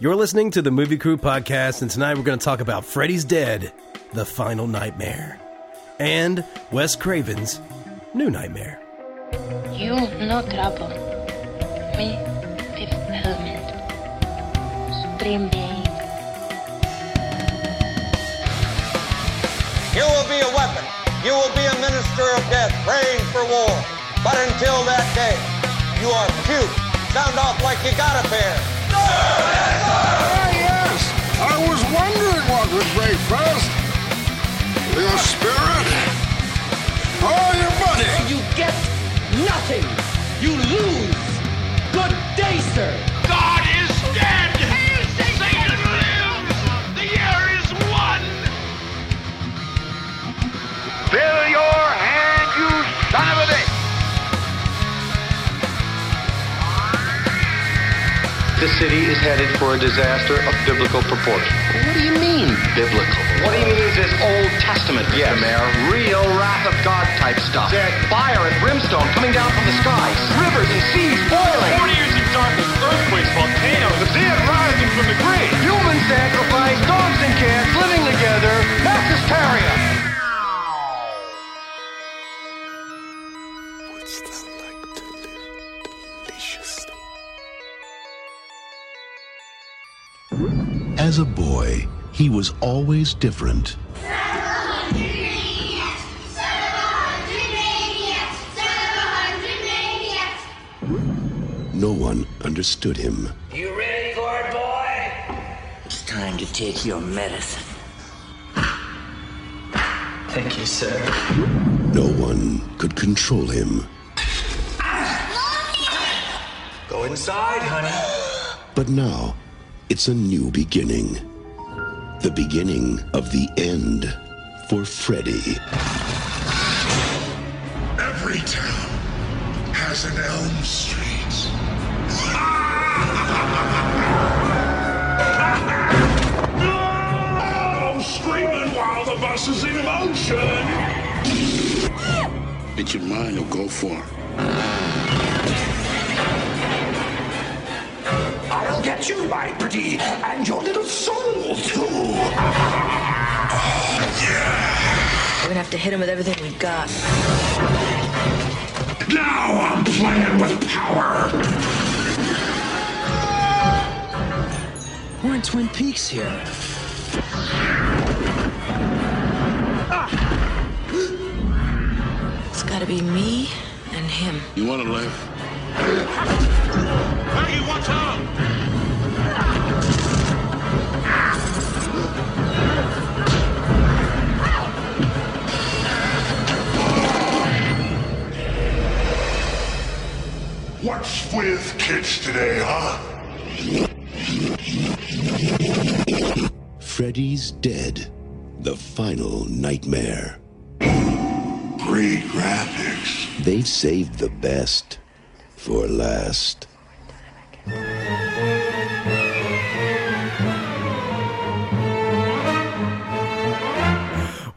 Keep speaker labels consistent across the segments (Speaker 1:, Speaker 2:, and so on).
Speaker 1: You're listening to the Movie Crew Podcast, and tonight we're going to talk about Freddy's Dead, The Final Nightmare, and Wes Craven's New Nightmare.
Speaker 2: You no trouble. Me, fifth element. Supreme being.
Speaker 3: You will be a weapon. You will be a minister of death, praying for war. But until that day, you are cute. Sound off like you got a pair.
Speaker 4: Ah, yes! I was wondering what would break first. Your spirit or your money?
Speaker 5: You get nothing. You lose. Good day, sir.
Speaker 6: God is dead! Satan lives! The year is one! Fill your hand, you son of a bitch!
Speaker 7: The city is headed for a disaster of biblical proportion. What do you mean, biblical? What he means is Old Testament, yes. Mayor. Real wrath of God type stuff. Fire and brimstone coming down from the skies. Rivers and seas boiling.
Speaker 8: 40 years of darkness, earthquakes, volcanoes, the dead rising from the grave.
Speaker 7: Human sacrifice, dogs and cats living together. Mass hysteria.
Speaker 9: As a boy, he was always different. No one understood him.
Speaker 10: You ready, Gord boy?
Speaker 11: It's time to take your medicine.
Speaker 10: Thank you, sir.
Speaker 9: No one could control him.
Speaker 10: Go inside, honey.
Speaker 9: But now, it's a new beginning. The beginning of the end for Freddy.
Speaker 4: Every town has an Elm Street. I'm screaming while the bus is in motion.
Speaker 9: But your mind will go far.
Speaker 4: I'll get you, my pretty, and your little soul too.
Speaker 12: We're gonna have to hit him with everything we've got.
Speaker 4: Now I'm playing with power.
Speaker 5: We're in Twin Peaks here.
Speaker 12: It's gotta be me and him.
Speaker 9: You want to live?
Speaker 6: Maggie, watch out!
Speaker 4: What's with kids today, huh?
Speaker 9: Freddy's Dead. The Final Nightmare.
Speaker 4: Great graphics.
Speaker 9: They've saved the best for last.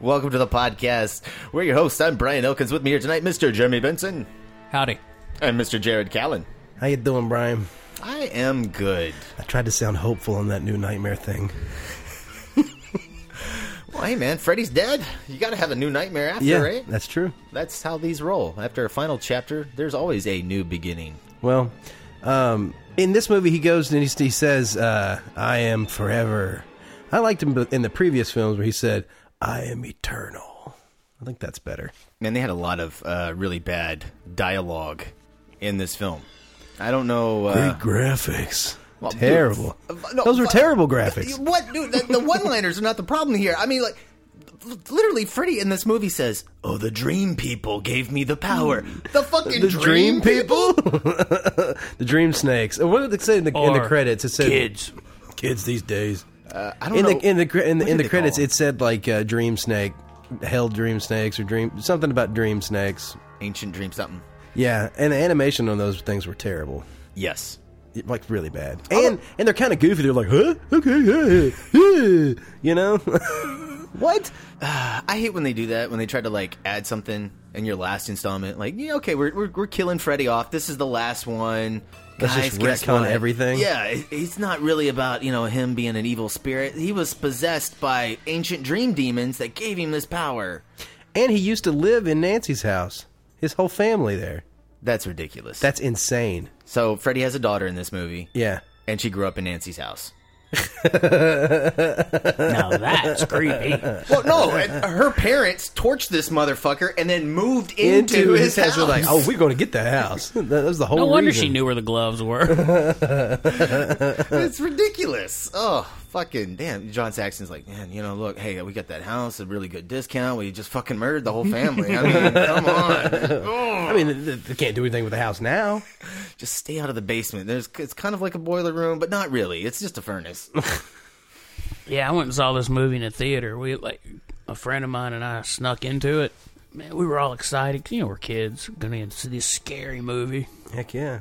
Speaker 13: Welcome to the podcast. We're your hosts. I'm Oh, Brian Elkins. With me here tonight, Mr. Jeremy Benson
Speaker 14: Howdy.
Speaker 13: and Mr. Jared Callen.
Speaker 1: How you doing, Brian?
Speaker 13: I am good.
Speaker 1: I tried to sound hopeful on that new nightmare thing.
Speaker 13: Well, hey, man, Freddy's dead. You got to have a new nightmare after, right?
Speaker 1: that's true.
Speaker 13: That's how these roll. After a final chapter, there's always a new beginning.
Speaker 1: Well, um, in this movie, he goes and he, he says, uh, "I am forever." I liked him in the previous films where he said, "I am eternal." I think that's better.
Speaker 13: Man, they had a lot of uh, really bad dialogue in this film. I don't know. Uh,
Speaker 1: graphics.
Speaker 13: Well, dude,
Speaker 1: terrible.
Speaker 13: f- no,
Speaker 1: Those were
Speaker 13: fu-
Speaker 1: terrible graphics.
Speaker 13: What, dude? The, the one-liners are not the problem here. I mean, like, l- literally, Freddy in this movie says, "Oh, the dream people gave me the power." The fucking
Speaker 1: the dream
Speaker 13: dream, people.
Speaker 1: people, the dream snakes. And What did they say in the, in the
Speaker 14: Or
Speaker 1: credits? It said kids, kids these days.
Speaker 13: I don't
Speaker 1: In
Speaker 13: know.
Speaker 1: the in the cre- in the,
Speaker 13: What
Speaker 1: in
Speaker 13: did
Speaker 1: the
Speaker 13: they
Speaker 1: credits,
Speaker 13: call
Speaker 1: it said like uh, dream snake, hell dream snakes or dream something about dream snakes.
Speaker 13: them? ancient dream something.
Speaker 1: Yeah, and the animation on those things were terrible,
Speaker 13: Yes.
Speaker 1: like really bad. And and they're kind of goofy. They're like, huh, okay, huh, huh," you know, what?
Speaker 13: I hate when they do that when they try to like add something in your last installment. Like, yeah, okay, we're we're, we're killing Freddy off. This is the last one.
Speaker 1: Let's
Speaker 13: Guys,
Speaker 1: just
Speaker 13: guess
Speaker 1: retcon
Speaker 13: what?
Speaker 1: everything.
Speaker 13: Yeah, it- it's not really about, you know, him being an evil spirit. He was possessed by ancient dream demons that gave him this power.
Speaker 1: And he used to live in Nancy's house. His whole family there.
Speaker 13: That's ridiculous.
Speaker 1: That's insane.
Speaker 13: So Freddy has a daughter in this movie.
Speaker 1: Yeah.
Speaker 13: And she grew up in Nancy's house.
Speaker 1: now
Speaker 5: that's creepy.
Speaker 13: Well, no, and her parents torched this motherfucker and then moved into, his, house.
Speaker 1: We're like, oh, we're going to get that house. That that was the whole.
Speaker 5: No wonder
Speaker 1: reason.
Speaker 5: she knew where the gloves were.
Speaker 13: it's ridiculous. Oh, fucking damn. John Saxon's like, man, you know, look, hey, we got that house, a really good discount. We just fucking murdered the whole family. I mean, come on.
Speaker 1: I mean, they- they can't do anything with the house now.
Speaker 13: Just stay out of the basement. There's, it's kind of like a boiler room, but not really. It's just a furnace.
Speaker 5: yeah, I went and saw this movie in a theater. We like a friend of mine and I snuck into it. Man, we were all excited. You know, we're kids. Gonna get to see this scary movie.
Speaker 1: Heck yeah.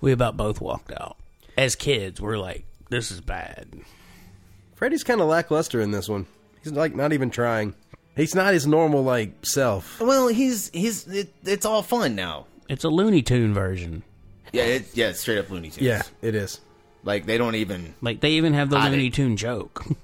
Speaker 5: We about both walked out. As kids, we're like, this is bad.
Speaker 1: Freddy's kind of lackluster in this one. He's like not even trying. He's not his normal like self.
Speaker 13: well, he's, he's, it, it's all fun now.
Speaker 5: It's a Looney Tune version.
Speaker 13: Yeah, it, yeah, it's straight up Looney Tunes.
Speaker 1: Yeah, it is.
Speaker 13: Like, they don't even.
Speaker 5: Like they even have the
Speaker 13: Hide
Speaker 5: Looney Tune joke.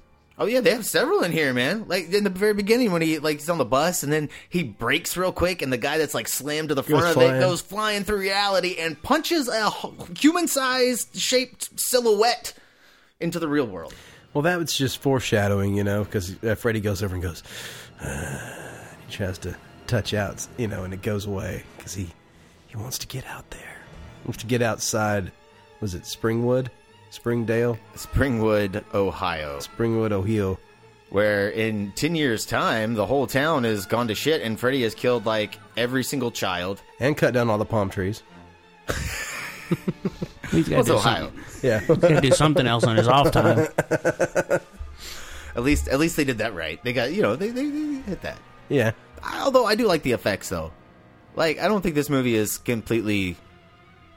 Speaker 13: Oh yeah, they have several in here, man. Like in the very beginning when he like he's on the bus and then he breaks real quick and the guy that's like slammed to the front
Speaker 1: Goes
Speaker 13: of it
Speaker 1: flying.
Speaker 13: goes flying through reality and punches a human sized shaped silhouette into the real world.
Speaker 1: Well, that was just foreshadowing, you know, because uh, Freddy goes over and goes. "Ah," and he tries to touch out, you know, and it goes away because he he wants to get out there. He wants to get outside. Was it Springwood, Springdale,
Speaker 13: Springwood, Ohio.
Speaker 1: Springwood, Ohio?
Speaker 13: Where in ten years time the whole town has gone to shit and Freddy has killed like every single child.
Speaker 1: And cut down all the palm trees.
Speaker 5: He's got
Speaker 13: What's
Speaker 5: to do
Speaker 13: Ohio?
Speaker 5: something.
Speaker 1: Yeah.
Speaker 5: He's got to do something else on his off time.
Speaker 13: At least at least they did that right. They got you know, they, they, they hit that.
Speaker 1: Yeah.
Speaker 13: Although I do like the effects though. Like I don't think this movie is completely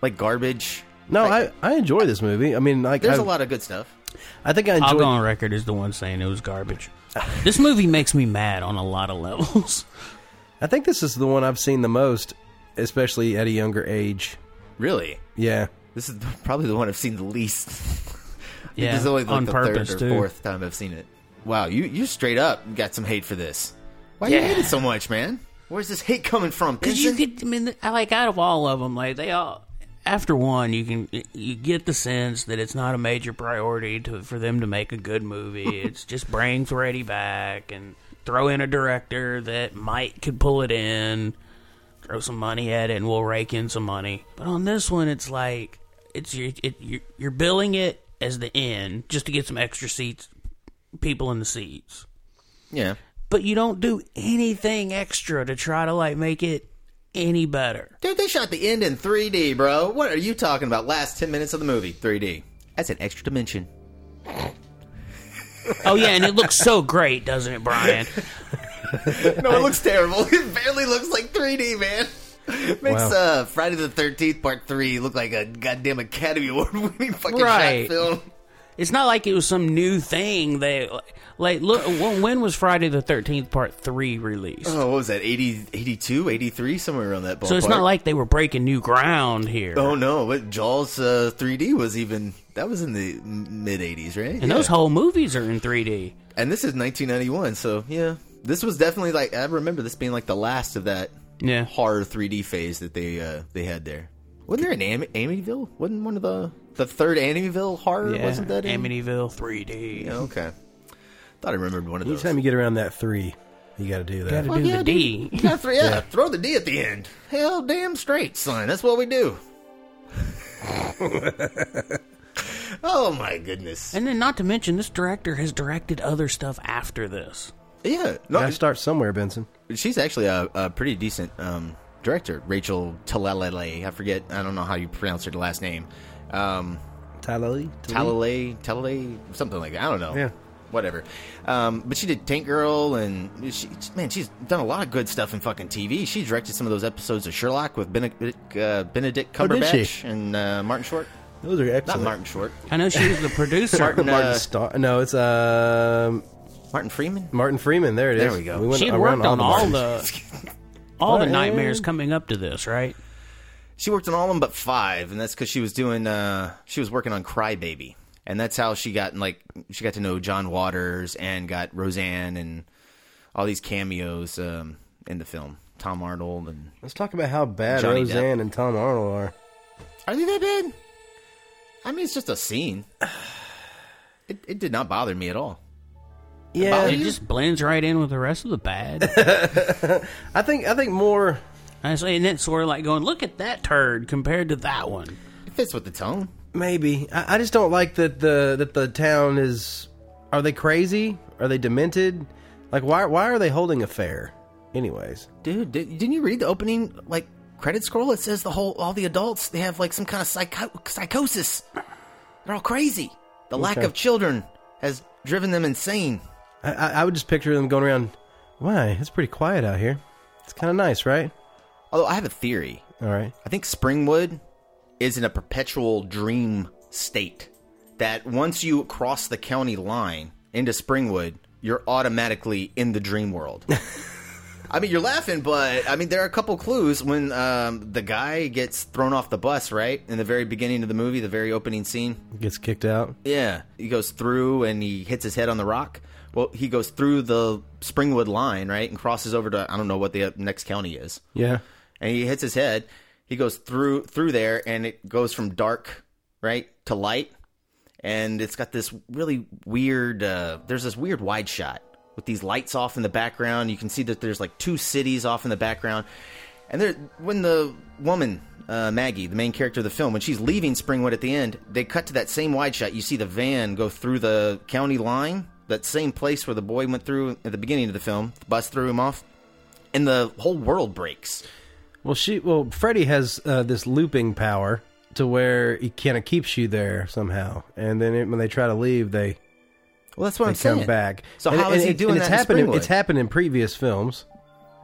Speaker 13: like garbage.
Speaker 1: No, I, I enjoy this movie. I mean, like
Speaker 13: There's
Speaker 1: I,
Speaker 13: a lot of good stuff.
Speaker 1: I think I
Speaker 5: I'll
Speaker 1: enjoyed.
Speaker 5: go on record as the one saying it was garbage. this movie makes me mad on a lot of levels.
Speaker 1: I think this is the one I've seen the most, especially at a younger age.
Speaker 13: Really?
Speaker 1: Yeah.
Speaker 13: This is probably the one I've seen the least. I think
Speaker 5: Yeah,
Speaker 13: this is only like
Speaker 5: on
Speaker 13: the
Speaker 5: purpose,
Speaker 13: third or
Speaker 5: too.
Speaker 13: fourth time I've seen it. Wow, you you straight up got some hate for this. Why you
Speaker 5: Yeah.
Speaker 13: hate it so much, man? Where's this hate coming from?
Speaker 5: Because you
Speaker 13: Benson?
Speaker 5: could, I mean, I like out of all of them, like they all after one, you can you get the sense that it's not a major priority to for them to make a good movie. it's just bring Freddy back and throw in a director that might could pull it in, throw some money at it, and we'll rake in some money. But on this one, it's like it's your it, you're, you're billing it as the end just to get some extra seats, people in the seats
Speaker 13: yeah.
Speaker 5: but you don't do anything extra to try to like make it any better.
Speaker 13: Dude, they shot the end in 3D, bro. What are you talking about? Last 10 minutes of the movie, 3D. That's an extra dimension.
Speaker 5: Oh yeah, and it looks so great, doesn't it, Brian?
Speaker 13: no, it looks terrible. It barely looks like 3D, man. Makes
Speaker 5: Wow.
Speaker 13: uh, Friday the 13th, part 3 look like a goddamn Academy Award winning fucking
Speaker 5: Right.
Speaker 13: shot film.
Speaker 5: It's not like it was some new thing. They like look. wh- When was Friday the Thirteenth Part Three released?
Speaker 13: Oh, what was that? 80, 82, 83, somewhere around that ballpark.
Speaker 5: so it's not like they were breaking new ground here.
Speaker 13: Oh, no. But Jaws uh, 3D was even. That was in the mid 80s, right?
Speaker 5: and those
Speaker 13: Yeah.
Speaker 5: whole movies are in 3D.
Speaker 13: and this is 1991, so yeah. This was definitely like. I remember this being like the last of that
Speaker 5: Yeah.
Speaker 13: horror 3D phase that they uh, they had there. Wasn't there an Am- Amityville? Wasn't one of the the third Amityville horror?
Speaker 5: Yeah,
Speaker 13: wasn't that in?
Speaker 5: Amityville 3D?
Speaker 13: Yeah, okay. Thought I remembered one of those.
Speaker 1: Anytime you get around that three, you got to do that.
Speaker 5: Gotta
Speaker 13: Fuck
Speaker 5: do
Speaker 13: yeah,
Speaker 5: the D.
Speaker 13: dude. You gotta throw, yeah,
Speaker 1: Yeah.
Speaker 13: throw the D at the end. Hell, damn straight, son. That's what we do. oh my goodness.
Speaker 5: And then, not to mention, this director has directed other stuff after this.
Speaker 13: Yeah,
Speaker 1: Gotta
Speaker 13: no,
Speaker 1: start somewhere, Benson.
Speaker 13: she's actually a, a pretty decent um, director. Rachel Talalay. I forget. I don't know how you pronounce her last name. Um,
Speaker 1: Talalay.
Speaker 13: Talalay, Talalay, something like that. I don't know.
Speaker 1: Mm-hmm. Yeah.
Speaker 13: Whatever. Um, but she did Tank Girl, and she, man, she's done a lot of good stuff in fucking TV. She directed some of those episodes of Sherlock with Benedict, uh, Benedict
Speaker 1: Oh, did she?
Speaker 13: Cumberbatch and uh, Martin Short.
Speaker 1: Those are excellent.
Speaker 13: Not Martin Short.
Speaker 5: I know she was the producer.
Speaker 13: Martin,
Speaker 1: Martin
Speaker 13: uh,
Speaker 1: Star. No, it's um
Speaker 13: Martin Freeman?
Speaker 1: Martin Freeman. There it is.
Speaker 13: There we go.
Speaker 1: went
Speaker 5: she had
Speaker 1: around
Speaker 5: worked on all
Speaker 1: Martins.
Speaker 5: the all the
Speaker 1: Brian.
Speaker 5: nightmares coming up to this, right?
Speaker 13: She worked on all of them but five, and that's because she was doing. Uh, she was working on Crybaby, and that's how she got like she got to know John Waters and got Roseanne and all these cameos um, in the film. Tom Arnold and
Speaker 1: Let's talk about how bad
Speaker 13: Johnny
Speaker 1: Roseanne and Tom Arnold are.
Speaker 13: Are they that bad? I mean, it's just a scene. It, it did not bother me at all.
Speaker 5: It
Speaker 13: Yeah.
Speaker 5: just blends right in with the rest of the bad.
Speaker 1: I think I think more.
Speaker 5: Honestly, and it's sort of like going, look at that turd compared to that one.
Speaker 13: It fits with the tone.
Speaker 1: Maybe I, I just don't like that the that the town is. Are they crazy? Are they demented? Like why why are they holding a fair? Anyways,
Speaker 13: dude, did, didn't you read the opening like credit scroll? It says the whole all the adults they have like some kind of psycho- psychosis. They're all crazy. The lack
Speaker 1: Okay.
Speaker 13: of children has driven them insane.
Speaker 1: I, I, I would just picture them going around. Why? It's pretty quiet out here. It's kind of nice, right?
Speaker 13: Although I have a theory.
Speaker 1: All right.
Speaker 13: I think Springwood is in a perpetual dream state. That once you cross the county line into Springwood, you're automatically in the dream world. I mean, you're laughing, but I mean, there are a couple clues when um, the guy gets thrown off the bus, right? In the very beginning of the movie, the very opening scene.
Speaker 1: Gets kicked out.
Speaker 13: Yeah, he goes through and he hits his head on the rock. Well, he goes through the Springwood line, right, and crosses over to I don't know what the uh, next county is
Speaker 1: Yeah.
Speaker 13: and he hits his head. He goes through through there, and it goes from dark right to light, and it's got this really weird. Uh, there's this weird wide shot with these lights off in the background. You can see that there's like two cities off in the background, and there when the woman. Uh, Maggie, the main character of the film, when she's leaving Springwood at the end, they cut to that same wide shot. You see the van go through the county line, that same place where the boy went through at the beginning of the film. The bus threw him off, and the whole world breaks.
Speaker 1: Well, she well Freddy has uh, this looping power to where he kind of keeps you there somehow, and then it, when they try to leave, they
Speaker 13: Well, that's what
Speaker 1: they
Speaker 13: I'm
Speaker 1: come
Speaker 13: saying.
Speaker 1: back.
Speaker 13: So
Speaker 1: and,
Speaker 13: how
Speaker 1: and
Speaker 13: is he
Speaker 1: it-
Speaker 13: doing
Speaker 1: and it's
Speaker 13: that in
Speaker 1: happened.
Speaker 13: Springwood?
Speaker 1: it's happened in previous films.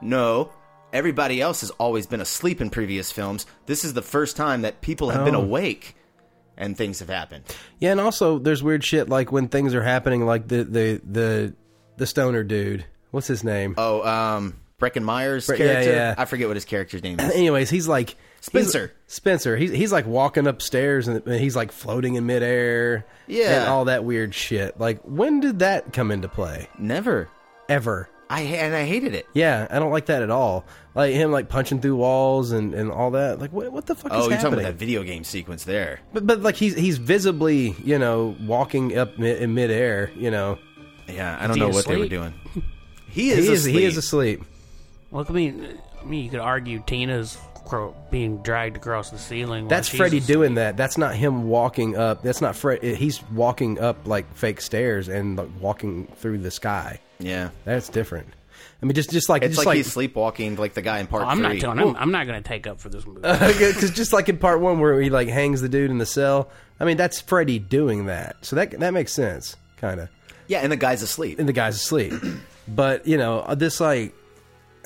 Speaker 13: No, everybody else has always been asleep in previous films. This is the first time that people have been
Speaker 1: Oh.
Speaker 13: awake and things have happened.
Speaker 1: Yeah, and also there's weird shit like when things are happening, like the the the the stoner dude. What's his name?
Speaker 13: Oh, um, Brecken Myers'
Speaker 1: Bre- yeah,
Speaker 13: character.
Speaker 1: yeah.
Speaker 13: I forget what his character's name is.
Speaker 1: Anyways, he's like
Speaker 13: Spencer.
Speaker 1: He's, Spencer. He's he's like walking upstairs and he's like floating in midair.
Speaker 13: Yeah.
Speaker 1: and all that weird shit. Like when did that come into play?
Speaker 13: Never,
Speaker 1: ever.
Speaker 13: I ha- and I hated it.
Speaker 1: Yeah, I don't like that at all. Like him, like punching through walls and, and all that. Like what what the fuck
Speaker 13: Oh,
Speaker 1: is
Speaker 13: you're talking
Speaker 1: happening?
Speaker 13: about that video game sequence there.
Speaker 1: But but like he's he's visibly you know walking up mi- in midair. You know
Speaker 13: Yeah, I
Speaker 1: Is
Speaker 13: don't
Speaker 1: he
Speaker 13: know what they were
Speaker 1: asleep?
Speaker 13: doing. He is
Speaker 1: he is he
Speaker 13: asleep.
Speaker 1: is asleep.
Speaker 5: Well, I mean, I mean, you could argue Tina's cro- being dragged across the ceiling. while
Speaker 13: Oh,
Speaker 1: That's
Speaker 5: she's
Speaker 1: Freddy
Speaker 5: asleep.
Speaker 1: doing that. That's not him walking up. That's not Fred. He's walking up like fake stairs and like walking through the sky.
Speaker 13: Yeah.
Speaker 1: That's different. I mean, just just like
Speaker 13: It's
Speaker 1: just
Speaker 13: like, he's sleepwalking like the guy in part
Speaker 5: Oh, I'm
Speaker 13: three.
Speaker 5: not telling. I'm, I'm not going to take up for this movie.
Speaker 1: because just like in part one where he like hangs the dude in the cell. I mean, that's Freddy doing that. So that that makes sense, kind of.
Speaker 13: Yeah, and the guy's asleep.
Speaker 1: And the guy's asleep. but you know, uh, this like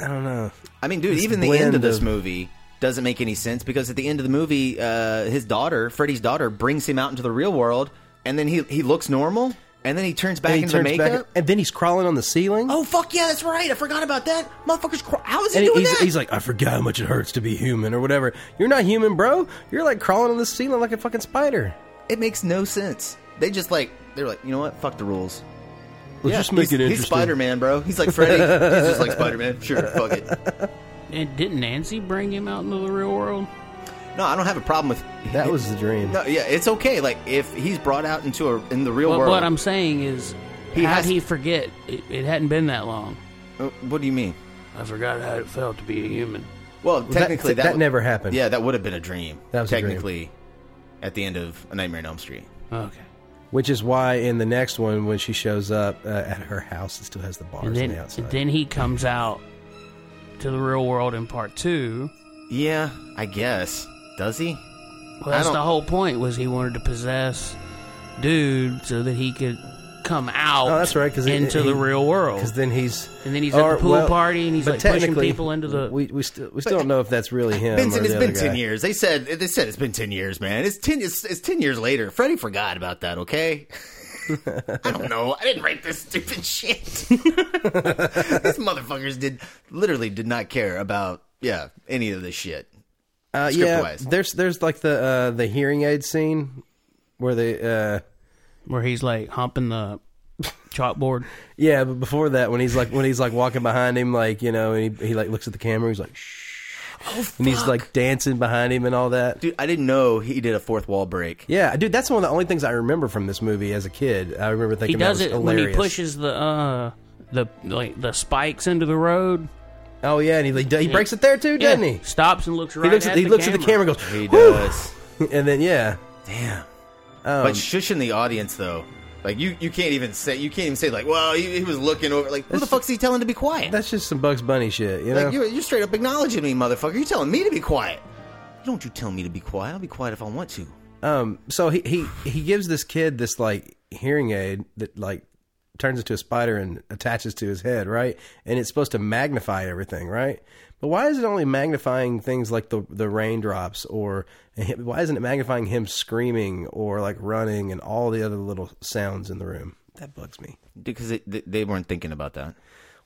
Speaker 1: I don't know.
Speaker 13: I mean, dude,
Speaker 1: This
Speaker 13: even the end
Speaker 1: blend
Speaker 13: of this
Speaker 1: of-
Speaker 13: movie doesn't make any sense because at the end of the movie, uh, his daughter, Freddy's daughter, brings him out into the real world, and then he he looks normal, and then he turns back
Speaker 1: and he
Speaker 13: into
Speaker 1: turns
Speaker 13: makeup.
Speaker 1: back, and then he's crawling on the ceiling.
Speaker 13: Oh fuck yeah, that's right. I forgot about that. Motherfuckers, cr- how is he
Speaker 1: and
Speaker 13: doing
Speaker 1: he's,
Speaker 13: that?
Speaker 1: he's like, I forgot how much it hurts to be human or whatever. You're not human, bro. You're like crawling on the ceiling like a fucking spider.
Speaker 13: it makes no sense. They just like they're like, you know what? Fuck the rules.
Speaker 1: Let's just make
Speaker 13: he's,
Speaker 1: it
Speaker 13: He's
Speaker 1: interesting.
Speaker 13: Spider Man, bro. He's like Freddy. he's just like Spider Man. Sure, fuck it.
Speaker 5: And didn't Nancy bring him out into the real world?
Speaker 13: No, I don't have a problem with
Speaker 1: that. Was the dream?
Speaker 13: No, yeah, it's okay. Like if he's brought out into a in the real
Speaker 5: Well,
Speaker 13: world.
Speaker 5: what I'm saying is,
Speaker 13: He
Speaker 5: how'd
Speaker 13: has-
Speaker 5: he forget? It, it hadn't been that long.
Speaker 13: Uh, what do you mean?
Speaker 5: I forgot how it felt to be a human.
Speaker 13: Well,
Speaker 1: Well, that-
Speaker 13: technically, that,
Speaker 1: that
Speaker 13: would-
Speaker 1: never happened.
Speaker 13: Yeah, that would have been a dream.
Speaker 1: That was a dream.
Speaker 13: technically at the end of A Nightmare on Elm Street.
Speaker 5: Okay.
Speaker 1: Which is why in the next one, when she shows up uh, at her house, it still has the bars
Speaker 5: And
Speaker 1: on the
Speaker 5: then,
Speaker 1: outside.
Speaker 5: then he comes out to the real world in part two.
Speaker 13: Yeah, I guess. Does he?
Speaker 5: Well,
Speaker 13: I
Speaker 5: that's
Speaker 13: don't-
Speaker 5: the whole point was he wanted to possess dude so that he could come out.
Speaker 1: Oh, that's right. Because
Speaker 5: into the real world.
Speaker 1: Because then he's
Speaker 5: And then he's at the pool party and he's,
Speaker 1: but
Speaker 5: like, pushing
Speaker 1: technically,
Speaker 5: people into the-
Speaker 1: We, we still we still don't know if that's really him.
Speaker 13: Benson,
Speaker 1: or
Speaker 13: it's
Speaker 1: the
Speaker 13: been
Speaker 1: other
Speaker 13: ten
Speaker 1: guy.
Speaker 13: years. They said they said it's been ten years, man. It's ten. It's, it's ten years later. Freddie forgot about that. Okay. I don't know. I didn't write this stupid shit. These motherfuckers did literally did not care about yeah any of this shit.
Speaker 1: Uh,
Speaker 13: Script
Speaker 1: yeah,
Speaker 13: wise.
Speaker 1: there's there's like the uh, the hearing aid scene where they uh,
Speaker 5: where he's like humping the chalkboard.
Speaker 1: yeah, but before that, when he's like when he's like walking behind him, like you know, and he, he like looks at the camera, he's like, shh,
Speaker 13: Oh,
Speaker 1: and he's like dancing behind him and all that.
Speaker 13: Dude, I didn't know he did a fourth wall break.
Speaker 1: Yeah, dude, that's one of the only things I remember from this movie as a kid. I remember
Speaker 5: He
Speaker 1: thinking
Speaker 5: does
Speaker 1: that
Speaker 5: it
Speaker 1: was
Speaker 5: when
Speaker 1: hilarious.
Speaker 5: he pushes the uh the like the spikes into the road.
Speaker 1: Oh yeah, and he like, he breaks it there too,
Speaker 5: Yeah.
Speaker 1: doesn't he?
Speaker 5: Stops and looks right.
Speaker 1: he looks
Speaker 5: at
Speaker 1: at, he
Speaker 5: the
Speaker 1: looks
Speaker 5: camera.
Speaker 1: at the camera, and goes,
Speaker 13: He
Speaker 1: "Whew!"
Speaker 13: does.
Speaker 1: and then yeah,
Speaker 13: Damn.
Speaker 1: Um,
Speaker 13: but shushing the audience though, like you, you can't even say you can't even say like, well, he, he was looking over. Like who the fuck's he telling to be quiet?
Speaker 1: that's just some Bugs Bunny shit, you know.
Speaker 13: Like you're, you're straight up acknowledging me, motherfucker. You're telling me to be quiet. Don't you tell me to be quiet. I'll be quiet if I want to.
Speaker 1: Um, so he, he he gives this kid this like hearing aid that like turns into a spider and attaches to his head, right? And it's supposed to magnify everything, right? But why is it only magnifying things like the the raindrops, or why isn't it magnifying him screaming or like running and all the other little sounds in the room? That bugs me.
Speaker 13: because it, th- they weren't thinking about that.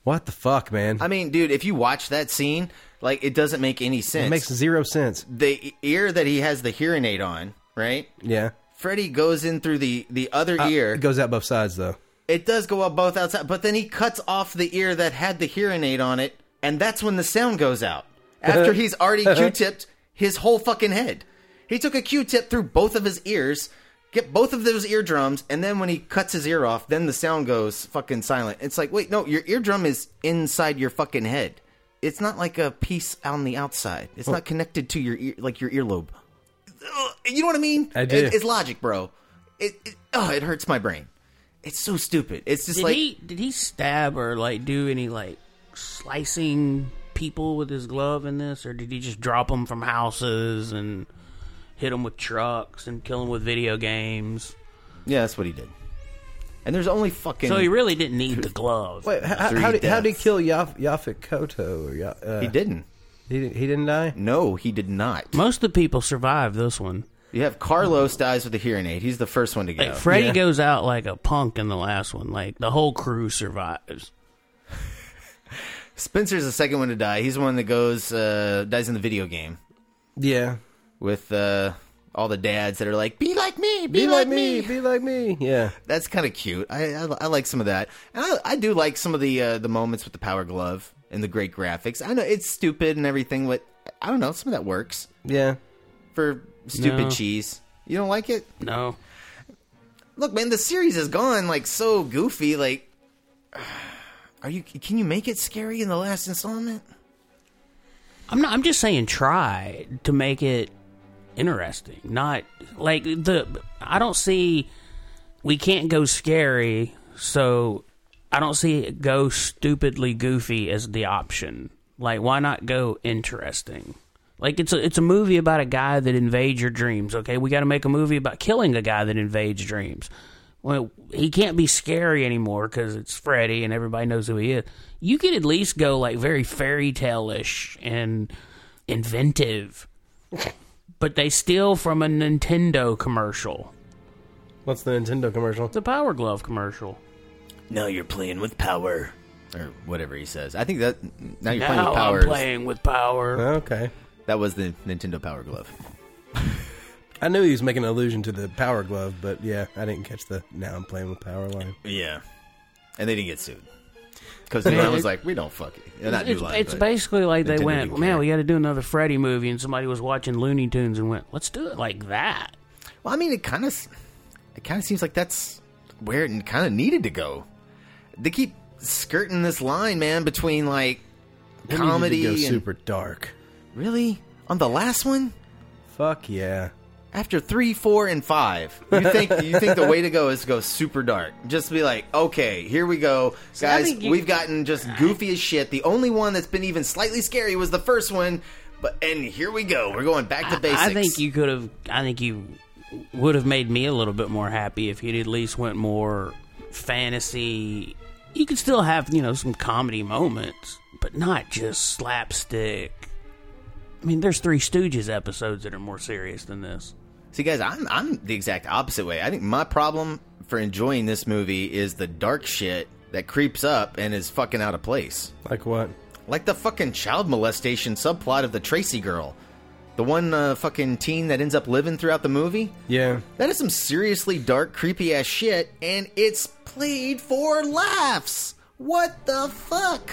Speaker 1: What the fuck, man?
Speaker 13: I mean, dude, if you watch that scene, like it doesn't make any sense.
Speaker 1: It makes zero sense.
Speaker 13: the ear that he has the hearing aid on, right?
Speaker 1: Yeah,
Speaker 13: Freddy goes in through the the other
Speaker 1: Uh,
Speaker 13: ear.
Speaker 1: it goes out both sides though.
Speaker 13: It does go up both outside, but then he cuts off the ear that had the hearing aid on it, and that's when the sound goes out. After he's already Q-tipped his whole fucking head. He took a Q-tip through both of his ears, get both of those eardrums, and then when he cuts his ear off, then the sound goes fucking silent. It's like, wait, no, your eardrum is inside your fucking head. It's not like a piece on the outside. It's not connected to your ear, like your earlobe. Ugh, you know what I mean?
Speaker 1: I do.
Speaker 13: It- it's logic, bro. It, it, oh, it hurts my brain. It's so stupid. It's just
Speaker 5: did
Speaker 13: like
Speaker 5: he did he stab or like do any like slicing people with his glove in this, or did he just drop them from houses and hit them with trucks and kill them with video games?
Speaker 13: yeah, that's what he did. And there's only fucking
Speaker 5: So he really didn't need the glove.
Speaker 1: Wait, how, how,
Speaker 13: Three
Speaker 1: how, did, how did he
Speaker 13: deaths.
Speaker 1: kill Yaf, Yafit Koto? Or Ya uh,
Speaker 13: he didn't.
Speaker 1: He, didn't- he didn't die.
Speaker 13: No, he did not.
Speaker 5: Most of the people survive this one.
Speaker 13: You have Carlos dies with a hearing aid. He's the first one to go.
Speaker 5: Like Freddy goes out like a punk in the last one. Like the whole crew survives.
Speaker 13: Spencer's the second one to die. He's the one that goes uh, dies in the video game
Speaker 1: Yeah.
Speaker 13: with uh, all the dads that are like, "Be like me, be,
Speaker 1: Be
Speaker 13: like, me.
Speaker 1: be like me. Yeah.
Speaker 13: That's kind of cute. I, I I like some of that, and I, I do like some of the uh, the moments with the power glove and the great graphics. I know it's stupid and everything, but I don't know. Some of that works
Speaker 1: Yeah.
Speaker 13: for stupid
Speaker 5: No.
Speaker 13: cheese. You don't like it?
Speaker 5: No.
Speaker 13: Look, man, the series has gone like so goofy. Like, are you? Can you make it scary in the last installment?
Speaker 5: I'm not. I'm just saying, try to make it interesting. Not like the. I don't see. We can't go scary, so I don't see it go stupidly goofy as the option. Like, why not go interesting? Like it's a it's a movie about a guy that invades your dreams. Okay, we got to make a movie about killing a guy that invades dreams. Well, he can't be scary anymore because it's Freddy and everybody knows who he is. You could at least go like very fairy tale ish and inventive, but they steal from a Nintendo commercial,
Speaker 1: What's the Nintendo commercial?
Speaker 5: the Power Glove commercial.
Speaker 13: Now you're playing with power, or whatever he says. I think that now you're playing
Speaker 5: Now
Speaker 13: with power.
Speaker 5: I'm
Speaker 13: is-
Speaker 5: playing with power.
Speaker 1: Okay.
Speaker 13: That was the Nintendo Power Glove.
Speaker 1: I knew he was making an allusion to the power glove, but yeah, I didn't catch the now I'm playing with power line.
Speaker 13: Yeah, and they didn't get sued because Nintendo was like, "We don't fuck it." Yeah, not
Speaker 5: it's,
Speaker 13: Newline,
Speaker 5: it's
Speaker 13: but
Speaker 5: basically like
Speaker 13: Nintendo
Speaker 5: they
Speaker 13: didn't
Speaker 5: went,
Speaker 13: care."
Speaker 5: man, we got to do another Freddy movie, and somebody was watching Looney Tunes and went, let's do it like that.
Speaker 13: Well, I mean, it kind of, it kind of seems like that's where it kind of needed to go. They keep skirting this line, man, between like
Speaker 1: They needed
Speaker 13: comedy
Speaker 1: to go
Speaker 13: and
Speaker 1: super dark.
Speaker 13: really on the last one
Speaker 1: Fuck yeah.
Speaker 13: after three, four, and five. You think you think the way to go is to go super dark? Just be like, okay, here we go,
Speaker 5: I
Speaker 13: guys.
Speaker 5: think you-
Speaker 13: We've gotten just goofy as shit. The only one that's been even slightly scary was the first one, but and here we go. We're going back to basics.
Speaker 5: I think you could have. I think you would have made me a little bit more happy if you'd at least went more fantasy. You could still have you know some comedy moments, but not just slapstick. I mean, there's Three Stooges episodes that are more serious than this.
Speaker 13: See, guys, I'm I'm the exact opposite way. I think my problem for enjoying this movie is the dark shit that creeps up and is fucking out of place,
Speaker 1: Like what?
Speaker 13: like the fucking child molestation subplot of the Tracy girl. The one uh, fucking teen that ends up living throughout the movie?
Speaker 1: Yeah.
Speaker 13: That is some seriously dark, creepy ass shit, and it's played for laughs. What the fuck?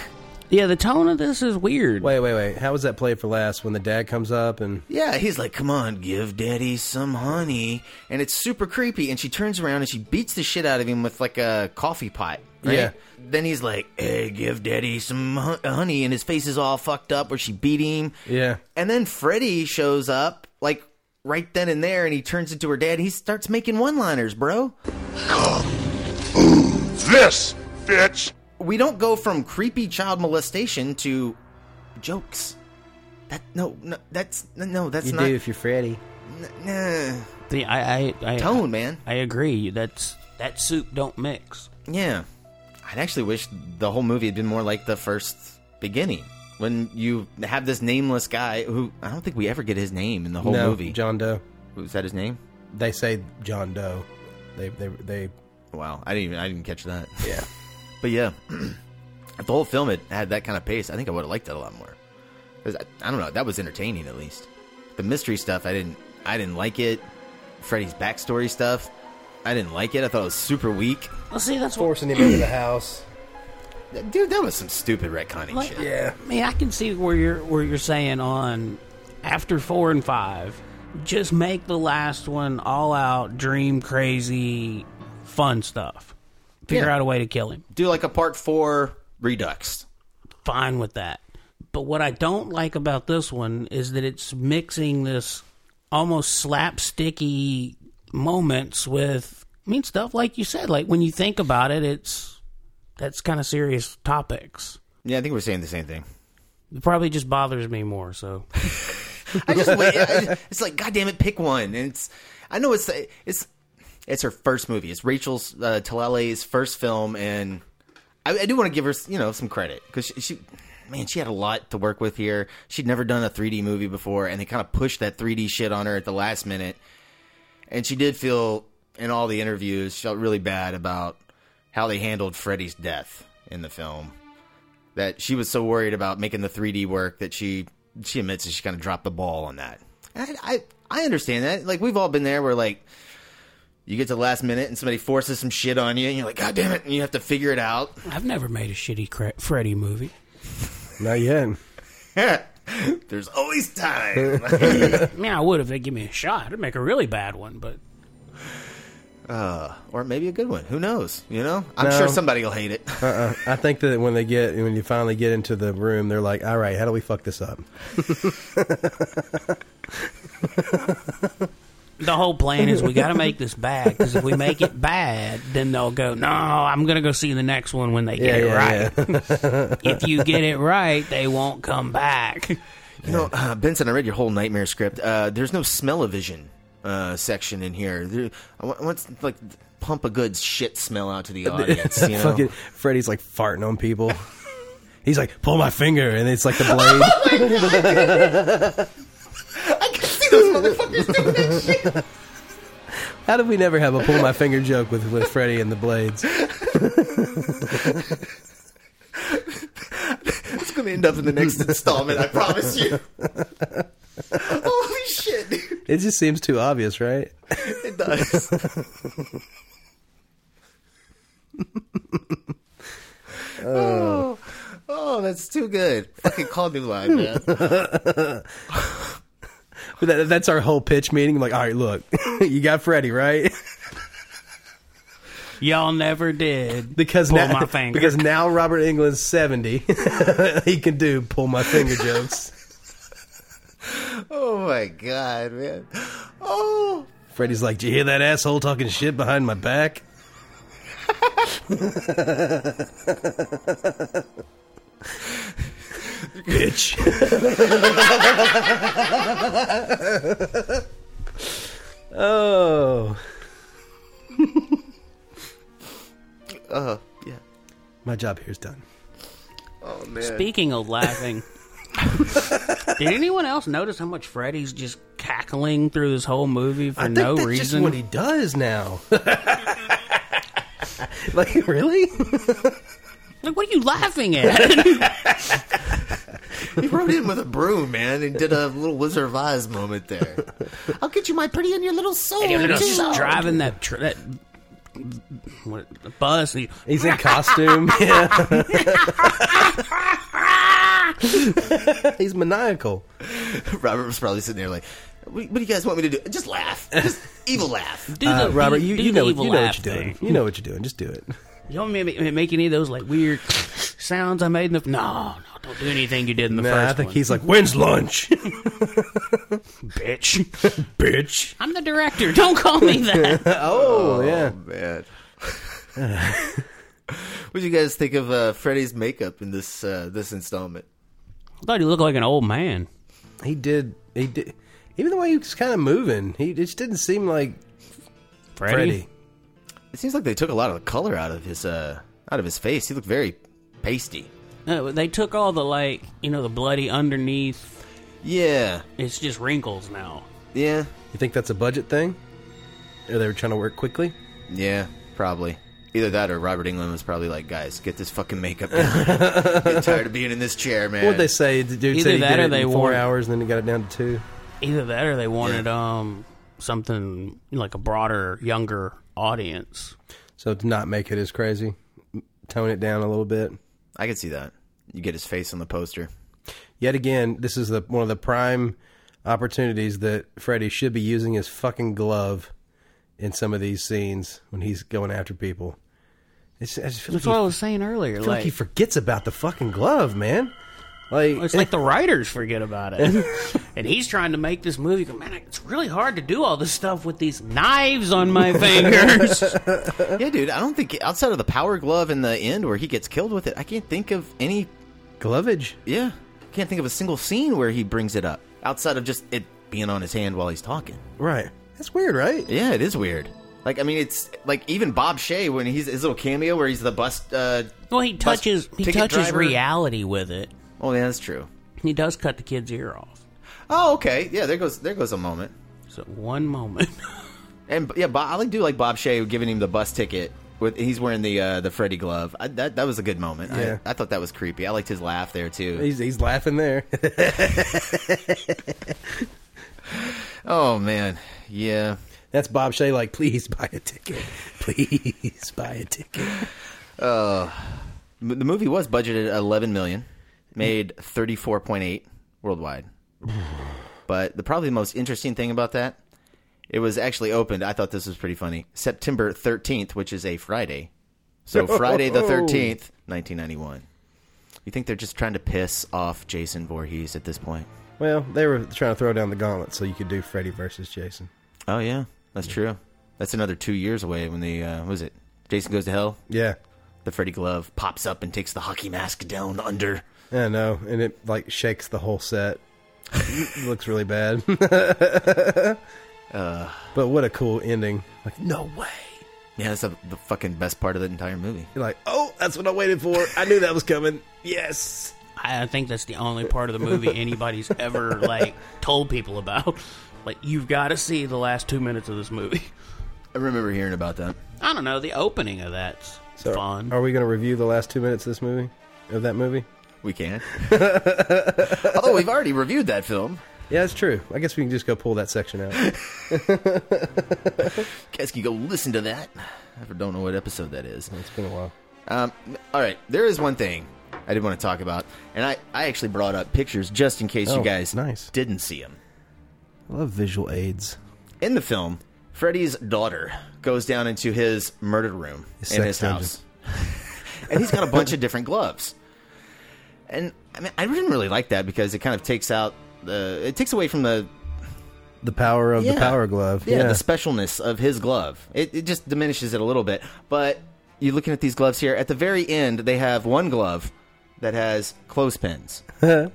Speaker 5: Yeah, the tone of this is weird.
Speaker 1: Wait, wait, wait. How was that played for last when the dad comes up and.
Speaker 13: Yeah, he's like, come on, give daddy some honey. And it's super creepy. And she turns around and she beats the shit out of him with like a coffee pot. right?
Speaker 1: Yeah.
Speaker 13: Then he's like, hey, give daddy some hon- honey. And his face is all fucked up where she beat him.
Speaker 1: Yeah.
Speaker 13: And then Freddy shows up, like right then and there, and he turns into her dad. And he starts making one liners, bro.
Speaker 15: This, bitch!
Speaker 13: We don't go from creepy child molestation to jokes. That no, no that's no, that's
Speaker 1: you
Speaker 13: not.
Speaker 1: do if you're Freddy.
Speaker 13: Nah.
Speaker 5: The, I, I, I,
Speaker 13: Tone, man.
Speaker 5: I agree. That's that soup don't mix.
Speaker 13: Yeah. I'd actually wish the whole movie had been more like the first beginning. When you have this nameless guy who I don't think we ever get his name in the whole
Speaker 1: no,
Speaker 13: movie.
Speaker 1: John Doe.
Speaker 13: Was that his name?
Speaker 1: They say John Doe. They, they, they.
Speaker 13: Wow, I didn't even I didn't catch that.
Speaker 1: Yeah.
Speaker 13: but yeah, if the whole film had had that kind of pace, I think I would have liked it a lot more. 'Cause I, I don't know, that was entertaining at least. The mystery stuff, I didn't I didn't like it. Freddy's backstory stuff, I didn't like it. I thought it was super weak.
Speaker 5: Well, see, that's
Speaker 1: forcing him into the house.
Speaker 13: Dude, that was some stupid retconning
Speaker 5: Like,
Speaker 13: shit.
Speaker 1: Yeah.
Speaker 5: I mean, I can see where you're where you're saying on after four and five, just make the last one all out dream crazy fun stuff. Figure
Speaker 13: Yeah.
Speaker 5: out a way to kill him.
Speaker 13: Do like a part four redux.
Speaker 5: Fine with that. But what I don't like about this one is that it's mixing this almost slapsticky moments with I mean stuff like you said, like when you think about it, it's that's kind of serious topics.
Speaker 13: Yeah, I think we're saying the same thing.
Speaker 5: It probably just bothers me more, so
Speaker 13: I just wait. I- It's like, God damn it, pick one. And it's, I know it's it's it's her first movie. It's Rachel's uh, Talale's first film, and I, I do want to give her you know some credit because she, she, man, she had a lot to work with here. She'd never done a 3D movie before, and they kind of pushed that 3D shit on her at the last minute. And she did feel in all the interviews, she felt really bad about how they handled Freddy's death in the film. That she was so worried about making the 3D work that she she admits that she kind of dropped the ball on that. And I, I I understand that. Like we've all been there where like you get to the last minute and somebody forces some shit on you and you're like, God damn it, and you have to figure it out.
Speaker 5: I've never made a shitty cra- Freddy movie.
Speaker 1: Not yet.
Speaker 13: There's always time.
Speaker 5: I mean, I would if they give me a shot. I'd make a really bad one, but
Speaker 13: uh, or maybe a good one. Who knows? You know? I'm
Speaker 1: No.
Speaker 13: sure somebody will hate it.
Speaker 1: Uh-uh. I think that when they get when you finally get into the room, they're like, "All right, how do we fuck this up?"
Speaker 5: the whole plan is we got to make this bad because if we make it bad, then they'll go, no, I'm going to go see the next one when they get it right. if you get it right, they won't come back.
Speaker 13: You know, uh, Benson, I read your whole nightmare script. Uh, there's no smell-o-vision uh, section in here. There, I want, I want to, like pump a good shit smell out to the audience. you know,
Speaker 1: Fucking Freddy's like farting on people. He's like, "Pull my finger," and it's like the
Speaker 13: Oh
Speaker 1: blade.
Speaker 13: see those motherfuckers doing that shit.
Speaker 1: how did we never have a pull my finger joke with with Freddy and the blades?
Speaker 13: It's going to end up in the next installment. I promise you. Holy shit, dude.
Speaker 1: It just seems too obvious, right?
Speaker 13: It does. oh, oh, that's too good. Fucking call new line, man.
Speaker 1: But that, that's our whole pitch meeting. I'm like, all right, look, you got Freddy, right?
Speaker 5: Y'all never did.
Speaker 1: Because
Speaker 5: Pull
Speaker 1: now,
Speaker 5: my finger.
Speaker 1: because now Robert England's seventy, he can do pull my finger jokes.
Speaker 13: Oh my god, man. Oh,
Speaker 1: Freddy's like, do you hear that asshole talking shit behind my back? Bitch. oh,
Speaker 13: uh, yeah.
Speaker 1: my job here's done.
Speaker 13: Oh man.
Speaker 5: Speaking of laughing, did anyone else notice how much Freddy's just cackling through this whole movie for
Speaker 1: I think
Speaker 5: no
Speaker 1: that's
Speaker 5: reason?
Speaker 1: just what he does now. like really?
Speaker 5: Like, what are you laughing at?
Speaker 13: he rode in with a broom, man, and did a little Wizard of Oz moment there. I'll get you my pretty and your little soul.
Speaker 5: And you're
Speaker 13: too.
Speaker 5: just driving that tr- that what, bus. And you,
Speaker 1: He's in costume. He's maniacal.
Speaker 13: Robert was probably sitting there like, "What what do you guys want me to do? Just laugh, just evil laugh."
Speaker 1: Uh, Robert, you, you know, you know what
Speaker 5: laugh
Speaker 1: you're doing.
Speaker 5: thing.
Speaker 1: You know what you're doing. Just do it.
Speaker 5: You don't make, make any of those like weird sounds I made in the. No, no, don't do anything you did in the
Speaker 1: Nah,
Speaker 5: first.
Speaker 1: I think
Speaker 5: one.
Speaker 1: he's like, when's lunch?
Speaker 5: bitch,
Speaker 1: bitch.
Speaker 5: I'm the director. Don't call me that.
Speaker 1: oh, yeah.
Speaker 13: man. what do you guys think of uh, Freddy's makeup in this uh, this installment?
Speaker 5: I thought he looked like an old man.
Speaker 1: He did. He did. Even the way he was kind of moving, he just didn't seem like
Speaker 5: Freddy.
Speaker 13: It seems like they took a lot of the color out of his uh, out of his face. He looked very pasty.
Speaker 5: No, Uh, they took all the like you know the bloody underneath.
Speaker 13: Yeah,
Speaker 5: it's just wrinkles now.
Speaker 13: Yeah.
Speaker 1: You think that's a budget thing? Or they were trying to work quickly?
Speaker 13: Yeah, probably. Either that or Robert England was probably like, guys, get this fucking makeup. down. Get tired of being in this chair, man.
Speaker 1: What'd they say? The dude said
Speaker 5: Either
Speaker 1: he
Speaker 5: that
Speaker 1: did
Speaker 5: or
Speaker 1: it
Speaker 5: they
Speaker 1: in four
Speaker 5: want-
Speaker 1: hours and then he got it down to two.
Speaker 5: Either that or they wanted um something like a broader, younger audience.
Speaker 1: So to not make it as crazy, tone it down a little bit.
Speaker 13: I could see that. You get his face on the poster.
Speaker 1: Yet again, this is the one of the prime opportunities that Freddy should be using his fucking glove in some of these scenes when he's going after people. It's, I just feel
Speaker 5: That's
Speaker 1: like
Speaker 5: what I
Speaker 1: he-
Speaker 5: was saying earlier.
Speaker 1: I
Speaker 5: Like,
Speaker 1: feel like, he forgets about the fucking glove, man. Like
Speaker 5: it's like the writers forget about it, and he's trying to make this movie. go, Man, it's really hard to do all this stuff with these knives on my fingers.
Speaker 13: yeah, dude. I don't think outside of the power glove in the end where he gets killed with it, I can't think of any
Speaker 1: glovage.
Speaker 13: Yeah, can't think of a single scene where he brings it up outside of just it being on his hand while he's talking.
Speaker 1: right. That's weird, right?
Speaker 13: Yeah, it is weird. Like I mean, it's like even Bob Shea when he's his little cameo where he's the bus. Uh,
Speaker 5: well, he
Speaker 13: bus
Speaker 5: touches he
Speaker 13: ticket
Speaker 5: touches
Speaker 13: driver.
Speaker 5: reality with it.
Speaker 13: Oh, yeah, that's true.
Speaker 5: He does cut the kid's ear off.
Speaker 13: Oh, okay. Yeah, there goes there goes a moment.
Speaker 5: So one moment.
Speaker 13: And yeah, Bob, I like do like Bob Shea giving him the bus ticket. With he's wearing the uh, the Freddy glove. I, that that was a good moment.
Speaker 1: Yeah.
Speaker 13: I, I thought that was creepy. I liked his laugh there too.
Speaker 1: He's, he's laughing there.
Speaker 13: oh man, yeah.
Speaker 1: That's Bob Shea. Like, please buy a ticket. Please buy a ticket.
Speaker 13: Uh, m- the movie was budgeted at 11 million, made 34.8 worldwide. but the probably the most interesting thing about that, it was actually opened. I thought this was pretty funny. September 13th, which is a Friday. So Friday the 13th, 1991. You think they're just trying to piss off Jason Voorhees at this point?
Speaker 1: Well, they were trying to throw down the gauntlet so you could do Freddy versus Jason.
Speaker 13: Oh yeah, that's true. That's another 2 years away when the uh what was it? Jason goes to hell.
Speaker 1: Yeah.
Speaker 13: The Freddy glove pops up and takes the hockey mask down under.
Speaker 1: I know, and it like shakes the whole set. it looks really bad. but what a cool ending! Like, no way!
Speaker 13: Yeah, that's the, the fucking best part of the entire movie.
Speaker 1: You're like, oh, that's what I waited for. I knew that was coming. Yes.
Speaker 5: I think that's the only part of the movie anybody's ever like told people about. Like you've got to see the last two minutes of this movie.
Speaker 13: I remember hearing about that.
Speaker 5: I don't know the opening of that's
Speaker 1: So,
Speaker 5: fun.
Speaker 1: Are we going to review the last two minutes of this movie? Of that movie?
Speaker 13: We can. Although we've already reviewed that film.
Speaker 1: Yeah, that's true. I guess we can just go pull that section out.
Speaker 13: Guys can go listen to that. I don't know what episode that is.
Speaker 1: it's been a while.
Speaker 13: Um, all right, there is one thing I did want to talk about, and I, I actually brought up pictures just in case
Speaker 1: Oh,
Speaker 13: you guys
Speaker 1: nice.
Speaker 13: didn't see them.
Speaker 1: I love visual aids.
Speaker 13: In the film, Freddy's daughter goes down into his murder room
Speaker 1: His
Speaker 13: in
Speaker 1: sex
Speaker 13: his house. and he's got a bunch of different gloves. And I mean, I didn't really like that because it kind of takes out the, it takes away from the
Speaker 1: The power of the
Speaker 13: Yeah.
Speaker 1: power glove.
Speaker 13: Yeah,
Speaker 1: Yeah.
Speaker 13: the specialness of his glove. It, it just diminishes it a little bit. But you're looking at these gloves here. At the very end, they have one glove that has clothespins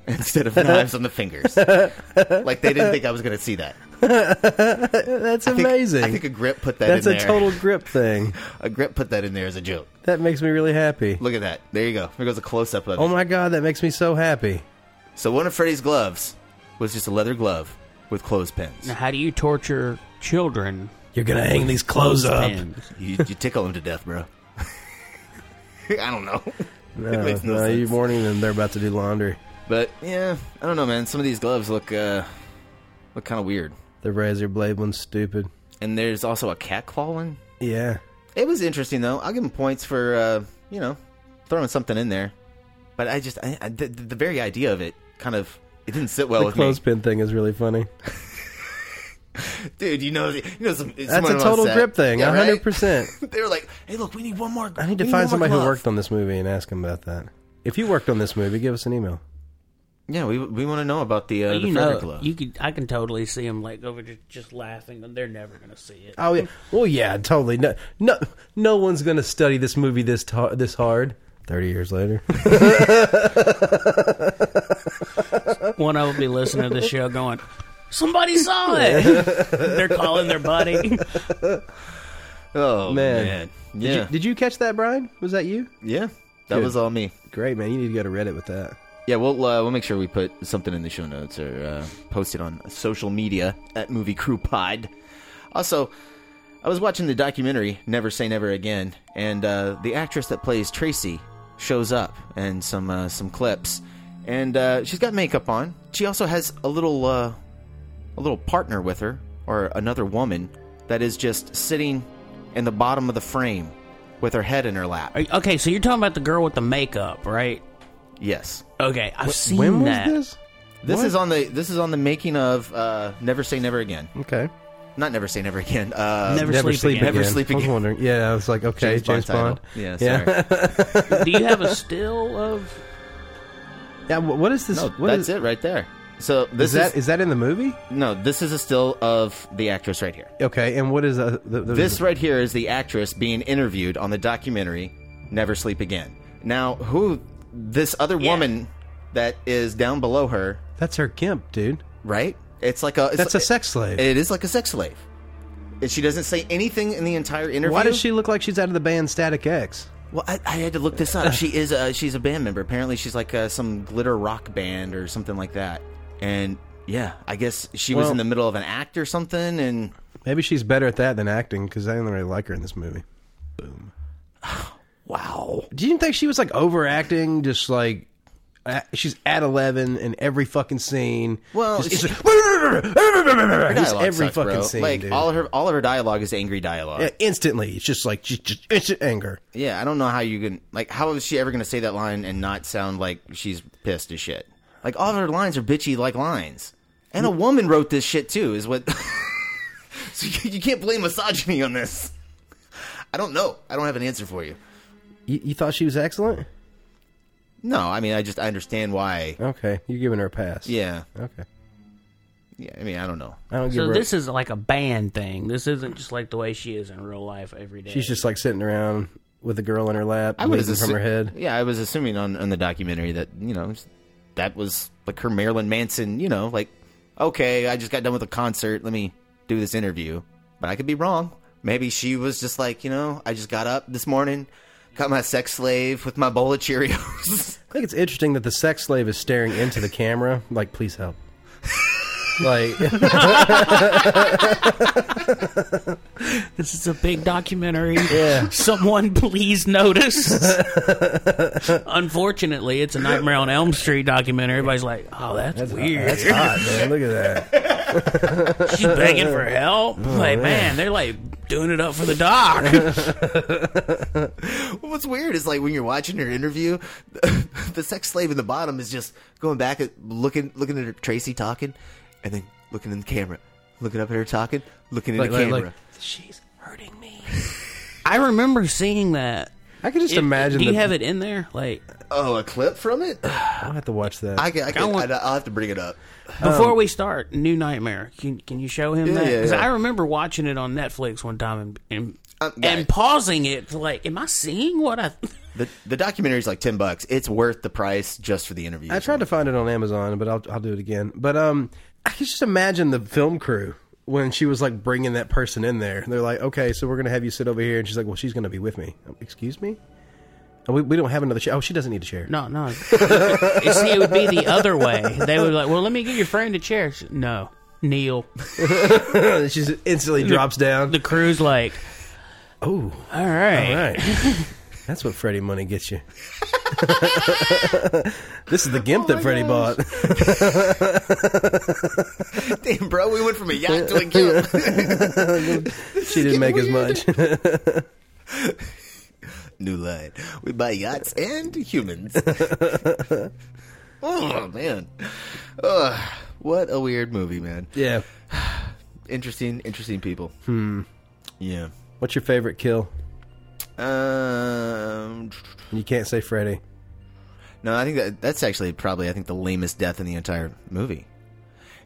Speaker 13: instead of knives on the fingers. like they didn't think I was going to see that.
Speaker 1: that's amazing.
Speaker 13: I think a grip put that
Speaker 1: that's
Speaker 13: in
Speaker 1: a
Speaker 13: there.
Speaker 1: total grip thing.
Speaker 13: A grip put that in there as a joke.
Speaker 1: That makes me really happy.
Speaker 13: Look at that. There you go. Here goes a close up of
Speaker 1: Oh
Speaker 13: it.
Speaker 1: my god, that makes me so happy.
Speaker 13: So one of Freddy's gloves was just a leather glove with clothespins.
Speaker 5: now, how do you torture children?
Speaker 1: You're gonna hang these clothes up.
Speaker 5: Clothespins.
Speaker 13: you, you tickle him to death, bro. I don't know.
Speaker 1: No,
Speaker 13: It makes no
Speaker 1: no,
Speaker 13: sense.
Speaker 1: you're warning them they're about to do laundry.
Speaker 13: But yeah, I don't know, man. Some of these gloves look uh look kind of weird.
Speaker 1: The razor blade one's stupid.
Speaker 13: And there's also a cat claw one.
Speaker 1: Yeah.
Speaker 13: It was interesting though. I'll give him points for uh, you know throwing something in there. But I just I, I- the, the very idea of it kind of it didn't sit well
Speaker 1: the
Speaker 13: with
Speaker 1: clothespin thing is really funny.
Speaker 13: me, dude. You know, you know, some,
Speaker 1: That's
Speaker 13: someone
Speaker 1: a
Speaker 13: on
Speaker 1: total
Speaker 13: set-
Speaker 1: grip thing.
Speaker 13: Yeah,
Speaker 1: A
Speaker 13: right?
Speaker 1: hundred percent.
Speaker 13: they were like, "Hey, look, we need one more."
Speaker 1: I need to
Speaker 13: we
Speaker 1: find
Speaker 13: one more
Speaker 1: somebody who
Speaker 13: glove.
Speaker 1: worked on this movie and ask him about that. If you worked on this movie, give us an email.
Speaker 13: Yeah, we we want to know about the uh, the
Speaker 5: you
Speaker 13: Frederick
Speaker 5: know,
Speaker 13: glove.
Speaker 5: you could. I can totally see him like over just, just laughing, and they're never gonna see it.
Speaker 1: Oh yeah. Well, yeah, totally. No, no, no one's gonna study this movie this ta- this hard. Thirty years later.
Speaker 5: One of them be listening to the show, going, "Somebody saw it." they're calling their buddy.
Speaker 13: Oh man,
Speaker 1: Did,
Speaker 13: yeah,
Speaker 1: you, did you catch that, Brian? Was that you?
Speaker 13: yeah. That
Speaker 1: Good.
Speaker 13: was all me.
Speaker 1: Great man. You need to go to Reddit with that.
Speaker 13: Yeah, we'll uh, we'll make sure we put something in the show notes or uh, post it on social media at Movie Crew Pod. Also, I was watching the documentary Never Say Never Again, and uh, the actress that plays Tracy shows up and some uh, some clips, and uh, she's got makeup on. She also has a little uh, a little partner with her or another woman that is just sitting in the bottom of the frame with her head in her lap.
Speaker 5: Are you- Okay, so you're talking about the girl with the makeup, right?
Speaker 13: Yes.
Speaker 5: Okay, I've seen
Speaker 1: when was
Speaker 5: that.
Speaker 1: this?
Speaker 13: This
Speaker 1: What?
Speaker 13: is on the this is on the making of uh, Never Say Never Again.
Speaker 1: Okay.
Speaker 13: Not Never Say Never Again. Uh,
Speaker 5: Never Sleep Again.
Speaker 13: Never Sleep
Speaker 1: I was
Speaker 13: Again.
Speaker 1: wondering. Yeah, I was like, okay, James,
Speaker 13: James
Speaker 1: Bond.
Speaker 13: Bond title. Yeah,
Speaker 5: Do you have a still of?
Speaker 1: yeah. wh- What is this?
Speaker 13: No,
Speaker 1: what
Speaker 13: that's
Speaker 1: is-
Speaker 13: it right there. So
Speaker 1: Is
Speaker 13: this
Speaker 1: that
Speaker 13: is
Speaker 1: is that in the movie?
Speaker 13: no. This is a still of the actress right here.
Speaker 1: Okay, and what is uh, the, the,
Speaker 13: This right here is the actress being interviewed on the documentary Never Sleep Again. Now, who this other woman that is down below her,
Speaker 1: That's her gimp, dude.
Speaker 13: right? It's like a it's
Speaker 1: That's a
Speaker 13: like-
Speaker 1: sex slave.
Speaker 13: It is like a sex slave. And she doesn't say anything in the entire interview.
Speaker 1: Why does she look like she's out of the band Static X?
Speaker 13: Well, I, I had to look this up. She is a she's a band member. Apparently, she's like uh, some glitter rock band or something like that. And yeah, I guess she was
Speaker 1: Well-
Speaker 13: in the middle of an act or something. And
Speaker 1: Maybe she's better at that than acting because I didn't really like her in this movie.
Speaker 13: wow,
Speaker 1: Do you think she was like overacting? Just like uh, she's at eleven in every fucking scene.
Speaker 13: Well,
Speaker 1: just, it's
Speaker 13: she-
Speaker 1: like, just
Speaker 13: dialogue
Speaker 1: every
Speaker 13: sucks,
Speaker 1: fucking
Speaker 13: bro.
Speaker 1: scene,
Speaker 13: Like
Speaker 1: dude.
Speaker 13: all of her all of her dialogue is angry dialogue.
Speaker 1: yeah,
Speaker 13: Yeah,
Speaker 1: instantly, it's just like just, just instant anger.
Speaker 13: I don't know how you can like how is she ever going to say that line and not sound like she's pissed as shit? Like all of her lines are bitchy like lines. And a woman wrote this shit too, is what. so you, you can't blame misogyny on this. I don't know. I don't have an answer for you.
Speaker 1: You, you thought she was excellent?
Speaker 13: No, I mean, I just I understand why.
Speaker 1: Okay, you're giving her a pass.
Speaker 13: Yeah,
Speaker 1: Okay.
Speaker 13: yeah. I mean, I don't know.
Speaker 1: I don't give
Speaker 5: So
Speaker 1: her.
Speaker 5: this is like a band thing. This isn't just like the way she is in real life every day.
Speaker 1: she's just like sitting around with a girl in her lap, bleeding from
Speaker 13: assu-
Speaker 1: her head.
Speaker 13: Yeah, I was assuming on, on the documentary that you know that was like her Marilyn Manson. You know, like okay, I just got done with a concert. Let me do this interview. But I could be wrong. Maybe she was just like you know, I just got up this morning, got my sex slave with my bowl of Cheerios.
Speaker 1: I think it's interesting that the sex slave is staring into the camera, like, please help. like,
Speaker 5: this is a big documentary.
Speaker 1: yeah.
Speaker 5: Someone please notice. Unfortunately, it's a Nightmare on Elm Street documentary. Everybody's like, "Oh, that's, weird."
Speaker 1: That's hot, man. Look at that.
Speaker 5: She's begging for help. like, man. they're like doing it up for the doc.
Speaker 13: What's weird is like when you're watching her interview, the sex slave in the bottom is just going back at looking looking at her Tracy talking, and then looking in the camera, looking up at her talking, looking in
Speaker 1: Like,
Speaker 13: the
Speaker 1: like,
Speaker 13: camera.
Speaker 1: like-
Speaker 5: She's hurting me. I remember seeing that.
Speaker 1: I could just
Speaker 5: It-
Speaker 1: imagine.
Speaker 5: Do you
Speaker 1: the-
Speaker 5: have it in there? Like
Speaker 13: Oh, a clip from it? I,
Speaker 1: I'll have to watch that.
Speaker 13: can, I can, I will have to bring it up.
Speaker 5: before we start, New Nightmare. Can can you show him
Speaker 13: Yeah,
Speaker 5: that?
Speaker 13: yeah,
Speaker 5: 'Cause
Speaker 13: yeah.
Speaker 5: I remember watching it on Netflix one time and and,
Speaker 13: Um, yeah.
Speaker 5: and pausing it to like, am I seeing what I?
Speaker 13: The the documentary's like ten bucks. It's worth the price just for the interview.
Speaker 1: I tried to find it on Amazon, but I'll I'll do it again. But um, I can just imagine the film crew when she was like bringing that person in there. They're like, okay, so we're gonna have you sit over here, and she's like, well, she's gonna be with me. Um, Excuse me. Oh, we, we don't have another chair. Oh, she doesn't need a chair.
Speaker 5: No, no. You see, it would be the other way. They would be like, well, let me get your friend a chair. She- No, kneel.
Speaker 1: she instantly drops down.
Speaker 5: The crew's like,
Speaker 1: Oh,
Speaker 5: all right.
Speaker 1: all right. That's what Freddie money gets you. this is the gimp that Freddie bought.
Speaker 13: Damn, bro, we went from a yacht to a gimp.
Speaker 1: she didn't make as much.
Speaker 13: New line. We buy yachts and humans. oh, man. Ugh, what a weird movie, man.
Speaker 1: yeah.
Speaker 13: Interesting, interesting people.
Speaker 1: Hmm.
Speaker 13: Yeah.
Speaker 1: What's your favorite kill?
Speaker 13: Um,
Speaker 1: You can't say Freddy.
Speaker 13: no, I think that that's actually probably I think the lamest death in the entire movie.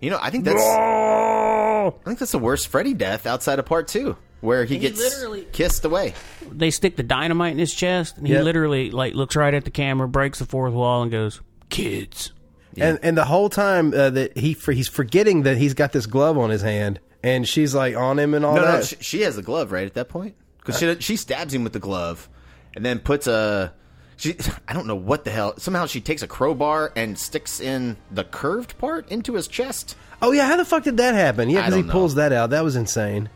Speaker 13: You know, I think that's I think that's the worst Freddy death outside of part two, where he
Speaker 5: He
Speaker 13: gets
Speaker 5: literally-
Speaker 13: kissed away.
Speaker 5: They stick the dynamite in his chest, and he
Speaker 13: Yep.
Speaker 5: literally like looks right at the camera, breaks the fourth wall, and goes, "Kids."
Speaker 1: And and the whole time uh, that he for, he's forgetting that he's got this glove on his hand, and she's like on him and all
Speaker 13: no,
Speaker 1: that.
Speaker 13: no, she, she has a glove right at that point because she she stabs him with the glove, and then puts a she I don't know what the hell somehow she takes a crowbar and sticks in the curved part into his chest.
Speaker 1: oh yeah, how the fuck did that happen? Yeah,
Speaker 13: I
Speaker 1: because he
Speaker 13: don't know.
Speaker 1: pulls that out. That was insane.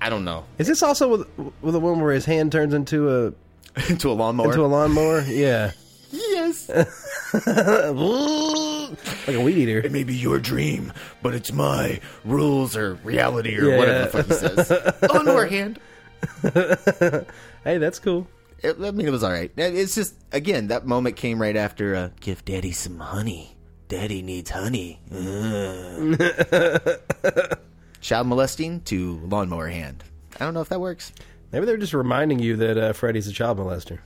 Speaker 13: I don't know
Speaker 1: Is this also with with the one where his hand turns into a
Speaker 13: into a lawnmower
Speaker 1: into a lawnmower? Yeah,
Speaker 13: Yes.
Speaker 1: like a weed eater. It
Speaker 13: may be your dream, but it's my rules or reality or
Speaker 1: Yeah.
Speaker 13: whatever the fuck he says. On our hand.
Speaker 1: hey, that's cool.
Speaker 13: It, I mean, it was all right. It- It's just again that moment came right after. Uh, Give Daddy some honey. Daddy needs honey. Ugh. Child molesting to lawnmower hand. I don't know if that works.
Speaker 1: Maybe they're just reminding you that uh, Freddy's a child molester.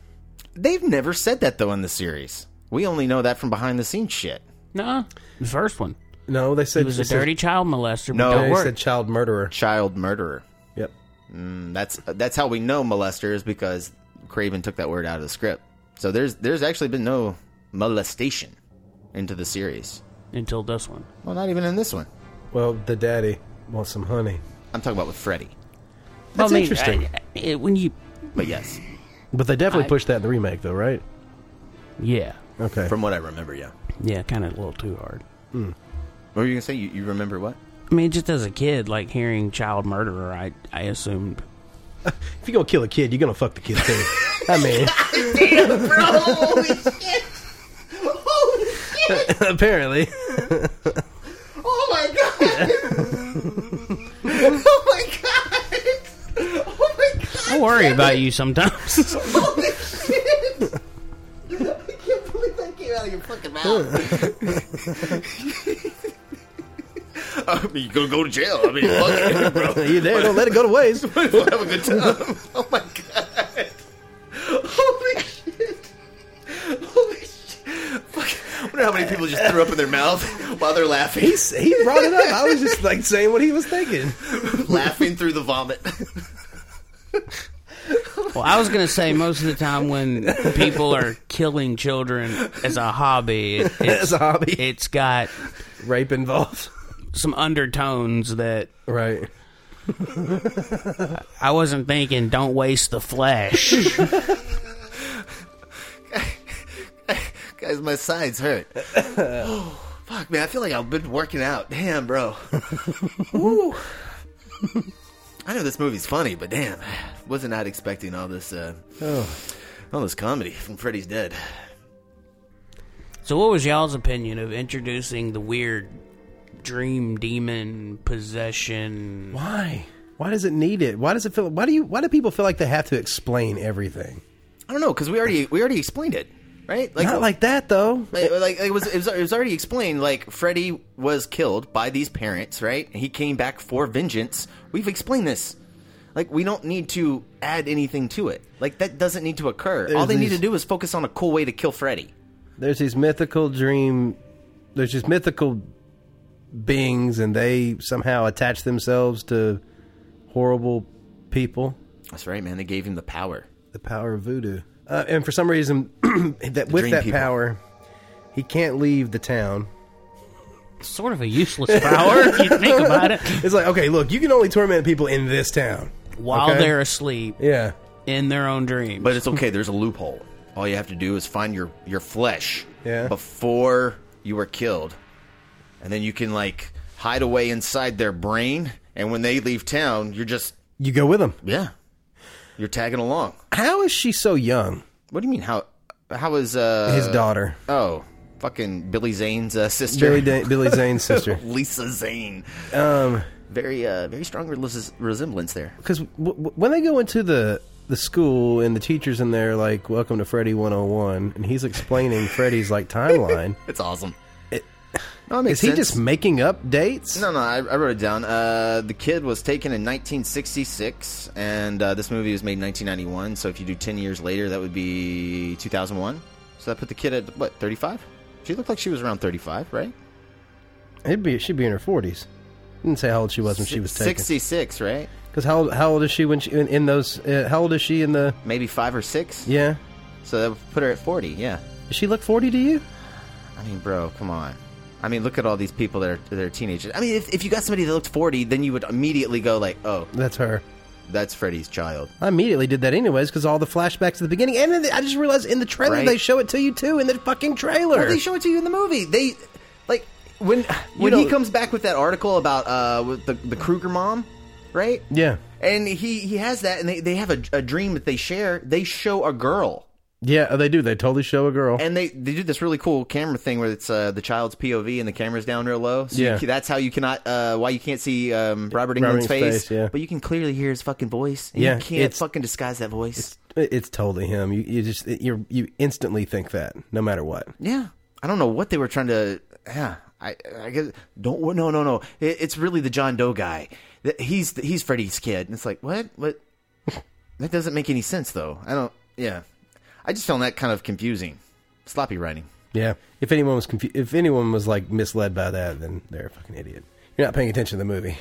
Speaker 13: They've never said that though in the series. We only know that from behind the scenes shit.
Speaker 5: No, the first one.
Speaker 1: No, they
Speaker 5: He
Speaker 1: said
Speaker 5: was
Speaker 1: they
Speaker 5: a
Speaker 1: said-
Speaker 5: dirty child molester. But
Speaker 13: No,
Speaker 5: don't
Speaker 13: they
Speaker 5: worry.
Speaker 1: said child murderer.
Speaker 13: Child murderer.
Speaker 1: Yep.
Speaker 13: Mm, that's that's how we know molester is because Craven took that word out of the script. So there's there's actually been no molestation into the series.
Speaker 5: until this one.
Speaker 13: Well, not even in this one.
Speaker 1: Well, the daddy wants some honey.
Speaker 13: I'm talking about with Freddy.
Speaker 1: That's
Speaker 5: I mean,
Speaker 1: interesting.
Speaker 5: I- I- when you,
Speaker 13: But yes,
Speaker 1: but they definitely
Speaker 5: I-
Speaker 1: pushed that in the remake, though, right?
Speaker 5: yeah,
Speaker 1: Okay.
Speaker 13: from what I remember, yeah.
Speaker 5: yeah, kind of a little too hard.
Speaker 13: What were you gonna say? You, you remember what?
Speaker 5: I mean, just as a kid, like hearing child murderer, I I assumed
Speaker 1: if you're gonna kill a kid, you're gonna fuck the kid too. I mean,
Speaker 6: Damn, bro! Holy shit! Holy shit!
Speaker 1: apparently.
Speaker 6: Oh my god! Oh my god! Oh my god!
Speaker 5: I worry about you sometimes.
Speaker 6: Holy shit! I can't believe that came out of your fucking mouth.
Speaker 13: I mean, you're gonna go to jail. I mean, fuck it, bro.
Speaker 1: you there? Don't let it go to waste.
Speaker 13: We'll have a good time.
Speaker 6: Holy shit! Holy shit!
Speaker 13: I wonder how many people just threw up in their mouth while they're laughing.
Speaker 1: He's, he brought it up. I was just like saying what he was thinking.
Speaker 13: laughing through the vomit.
Speaker 5: Well, I was gonna say most of the time when people are killing children as a hobby, it,
Speaker 1: As
Speaker 5: it's,
Speaker 1: a hobby.
Speaker 5: it's got
Speaker 1: rape involved,
Speaker 5: some undertones that
Speaker 1: right.
Speaker 5: I wasn't thinking. Don't waste the flesh.
Speaker 13: Guys, my sides hurt. Oh, fuck, man. I feel like I've been working out. Damn, bro. Woo. I know this movie's funny, but damn, wasn't not expecting all this, uh,
Speaker 1: Oh.
Speaker 13: all this comedy from Freddy's Dead.
Speaker 5: so, what was y'all's opinion of introducing the weird dream demon possession?
Speaker 1: Why? Why does it need it? Why does it feel? Why do you? Why do people feel like they have to explain everything?
Speaker 13: I don't know because we already we already explained it, right?
Speaker 1: Not like that though.
Speaker 13: Like, like it, was, it was it was already explained. Like Freddy was killed by these parents, right? And he came back for vengeance. We've explained this. Like we don't need to add anything to it. Like that doesn't need to occur. All
Speaker 1: There's
Speaker 13: they need
Speaker 1: these-
Speaker 13: to do is focus on a cool way to kill Freddy.
Speaker 1: There's these mythical dream. There's these mythical beings, and they somehow attach themselves to horrible people.
Speaker 13: That's right, man. They gave him the power.
Speaker 1: The power of voodoo, uh, and for some reason, that with
Speaker 13: dream
Speaker 1: that
Speaker 13: people.
Speaker 1: power, he can't leave the town.
Speaker 5: Sort of a useless power if you think about it.
Speaker 1: It's like, okay, look, you can only torment people in this town
Speaker 5: While
Speaker 1: okay?
Speaker 5: they're asleep
Speaker 1: yeah.
Speaker 5: in their own dreams.
Speaker 13: But it's okay. There's a loophole. All you have to do is find your your flesh
Speaker 1: Yeah.
Speaker 13: before you were killed, and then you can like hide away inside their brain. And when they leave town, you're just
Speaker 1: You go with them.
Speaker 13: yeah, you're tagging along.
Speaker 1: How is she so young?
Speaker 13: What do you mean? How How was uh
Speaker 1: His daughter.
Speaker 13: Oh, fucking Billy Zane's uh, sister.
Speaker 1: Billy, da- Billy Zane's sister.
Speaker 13: Lisa Zane.
Speaker 1: Um,
Speaker 13: very uh, very strong relis- resemblance there.
Speaker 1: because w- w- when they go into the the school and the teachers in there like welcome to freddy 101 and he's explaining freddy's like timeline
Speaker 13: It's awesome.
Speaker 1: no,
Speaker 13: it makes
Speaker 1: is he
Speaker 13: sense.
Speaker 1: just making up dates
Speaker 13: No, no, I, I wrote it down. Uh, the kid was taken in 1966, and uh, this movie was made in 1991. So if you do 10 years later, that would be 2001. So that put the kid at what 35? She looked like she was around 35, right?
Speaker 1: it'd be she'd be in her 40s didn't say how old she was when she was taken
Speaker 13: 66, right?
Speaker 1: because how, old- how old is she when she in, in those uh, how old is she in the
Speaker 13: Maybe five or six.
Speaker 1: yeah
Speaker 13: So that would put her at 40. Yeah.
Speaker 1: does she look 40 to you
Speaker 13: I mean, bro, come on. I mean, look at all these people that are that are teenagers. I mean, if, if you got somebody that looked 40, then you would immediately go like, oh,
Speaker 1: that's her
Speaker 13: that's Freddy's child.
Speaker 1: I immediately did that anyways because all the flashbacks at the beginning, and in the, I just realized in the trailer
Speaker 13: Right.
Speaker 1: they show it to you too in the fucking trailer.
Speaker 13: Well, they show it to you in the movie. They like when when
Speaker 1: know-
Speaker 13: he comes back with that article about uh with the the Kruger mom, right?
Speaker 1: yeah,
Speaker 13: And he he has that, and they they have a, a dream that they share. They show a girl,
Speaker 1: yeah, they do. They totally show a girl.
Speaker 13: and they they do this really cool camera thing where it's uh the child's POV and the camera's down real low. So you
Speaker 1: Yeah.
Speaker 13: ca- that's how you cannot uh why you can't see um Robert
Speaker 1: Robert
Speaker 13: England's
Speaker 1: England's
Speaker 13: face,
Speaker 1: face, yeah.
Speaker 13: but you can clearly hear his fucking voice. And
Speaker 1: Yeah,
Speaker 13: you can't
Speaker 1: it's-
Speaker 13: fucking disguise that voice.
Speaker 1: It- It's totally him. You, you just you you instantly think that no matter what.
Speaker 13: Yeah, I don't know what they were trying to. Yeah, I I guess don't. No, no, no. It, it's really the John Doe guy. That- He's he's Freddy's kid, and it's like what what. That doesn't make any sense though. I don't. Yeah, I just found that kind of confusing, sloppy writing.
Speaker 1: Yeah. If anyone was confu- if anyone was like misled by that, then they're a fucking idiot. You're not paying attention to the movie,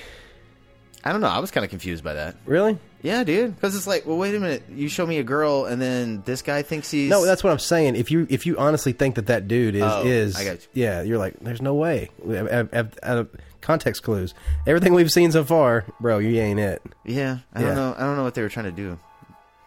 Speaker 13: I don't know. I was kind of confused by that.
Speaker 1: really?
Speaker 13: Yeah, dude. Because it's like, well, wait a minute. You show me a girl, and then this guy thinks he's
Speaker 1: No, that's what I'm saying. If you if you honestly think that that dude is
Speaker 13: Oh,
Speaker 1: is
Speaker 13: I got
Speaker 1: yeah, you're like, there's no way. Out of- out of context clues, everything we've seen so far, bro, you ain't it.
Speaker 13: yeah. I
Speaker 1: Yeah.
Speaker 13: don't know. I don't know what they were trying to do.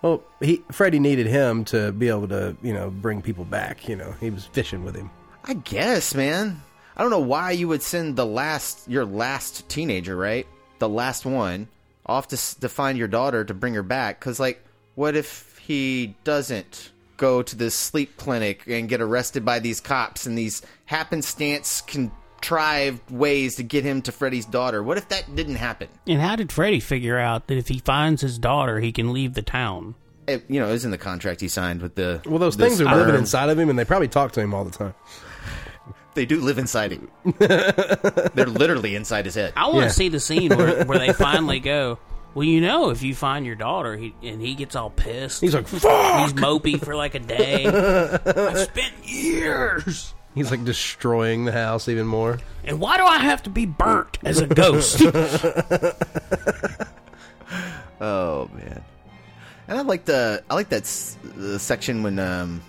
Speaker 1: Well, he Freddy needed him to be able to you know bring people back. You know, he was fishing with him.
Speaker 13: I guess, man. I don't know why you would send the last your last teenager, right? The last one off to s- to find your daughter to bring her back cuz like what if he doesn't go to this sleep clinic and get arrested by these cops and these happenstance contrived ways to get him to Freddy's daughter? What if that didn't happen?
Speaker 5: And how did Freddy figure out that if he finds his daughter, he can leave the town?
Speaker 13: It, you know, it was in the contract he signed with the
Speaker 1: Well, those
Speaker 13: the
Speaker 1: things are living
Speaker 13: sperm.
Speaker 1: inside of him, and they probably talk to him all the time.
Speaker 13: They do live inside him. They're literally inside his head.
Speaker 5: I want to
Speaker 1: Yeah.
Speaker 5: see the scene where, where they finally go. Well, you know, if you find your daughter, he, and he gets all pissed.
Speaker 1: He's like, "Fuck!"
Speaker 5: He's mopey for like a day. I've spent years,
Speaker 1: He's like destroying the house even more.
Speaker 5: and why do I have to be burnt as a ghost?
Speaker 13: Oh man, and I like the I like that s- the section when um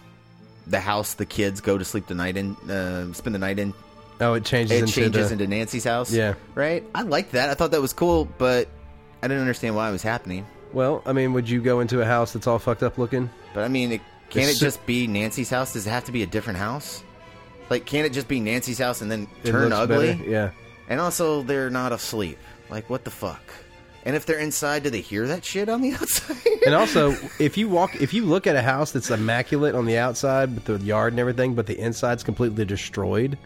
Speaker 13: the house the kids go to sleep the night in uh, spend the night in
Speaker 1: Oh, it changes.
Speaker 13: it
Speaker 1: into
Speaker 13: changes
Speaker 1: the-
Speaker 13: into Nancy's house.
Speaker 1: Yeah.
Speaker 13: right. I like that. I thought that was cool, but I didn't understand why it was happening.
Speaker 1: Well, I mean, would you go into a house that's all fucked up looking?
Speaker 13: But I mean, it, can
Speaker 1: It's
Speaker 13: it
Speaker 1: su-
Speaker 13: just be Nancy's house? Does it have to be a different house? Like, can it just be Nancy's house and then
Speaker 1: It
Speaker 13: turn
Speaker 1: looks
Speaker 13: ugly?
Speaker 1: better, Yeah.
Speaker 13: And also, they're not asleep. Like, what the fuck? And if they're inside, do they hear that shit on the outside?
Speaker 1: And also, if you walk, if you look at a house that's immaculate on the outside with the yard and everything, but the inside's completely destroyed,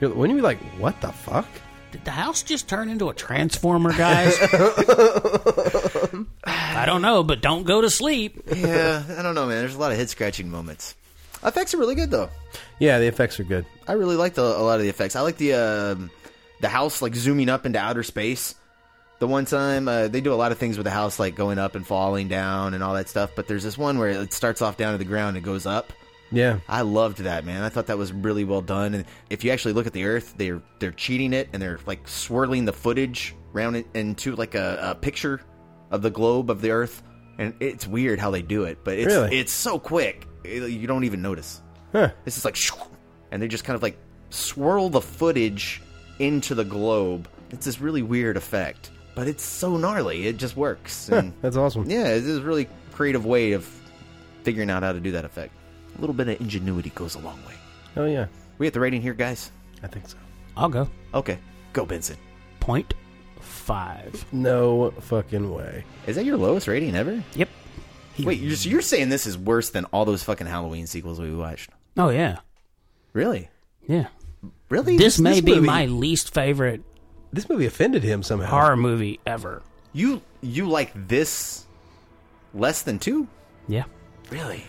Speaker 1: you're, wouldn't you be like, "What the fuck?"
Speaker 5: did the house just turn into a transformer, guys? I don't know, but don't go to sleep.
Speaker 13: yeah, I don't know, man. There's a lot of head scratching moments. Effects are really good though.
Speaker 1: Yeah, the effects are good.
Speaker 13: I really like the, a lot of the effects. I like the um, the house like zooming up into outer space. The one time uh, they do a lot of things with the house, like going up and falling down and all that stuff. But there's this one where it starts off down to the ground and goes up.
Speaker 1: Yeah.
Speaker 13: I loved that, man. I thought that was really well done. And if you actually look at the Earth, they're they're cheating it and they're like swirling the footage round it into like a, a picture of the globe of the Earth. And it's weird how they do it, but it's
Speaker 1: Really?
Speaker 13: it's so quick it- you don't even notice.
Speaker 1: Huh.
Speaker 13: It's just like, shoo, and they just kind of like swirl the footage into the globe. It's this really weird effect, but it's so gnarly. It just works. And
Speaker 1: That's awesome.
Speaker 13: yeah, it's a really creative way of figuring out how to do that effect. A little bit of ingenuity goes a long way.
Speaker 1: Oh yeah.
Speaker 13: We at the rating here, guys?
Speaker 1: I think so.
Speaker 5: I'll go.
Speaker 13: Okay, go Benson.
Speaker 5: Point five.
Speaker 1: No fucking way.
Speaker 13: Is that your lowest rating ever?
Speaker 5: Yep.
Speaker 13: Wait, you're, so you're saying this is worse than all those fucking Halloween sequels we watched?
Speaker 5: Oh yeah,
Speaker 13: Really?
Speaker 5: yeah.
Speaker 13: Really?
Speaker 5: This, may be
Speaker 13: movie-
Speaker 5: my least favorite
Speaker 1: This movie offended him somehow.
Speaker 5: horror movie ever.
Speaker 13: You you like this less than two?
Speaker 5: Yeah.
Speaker 13: Really?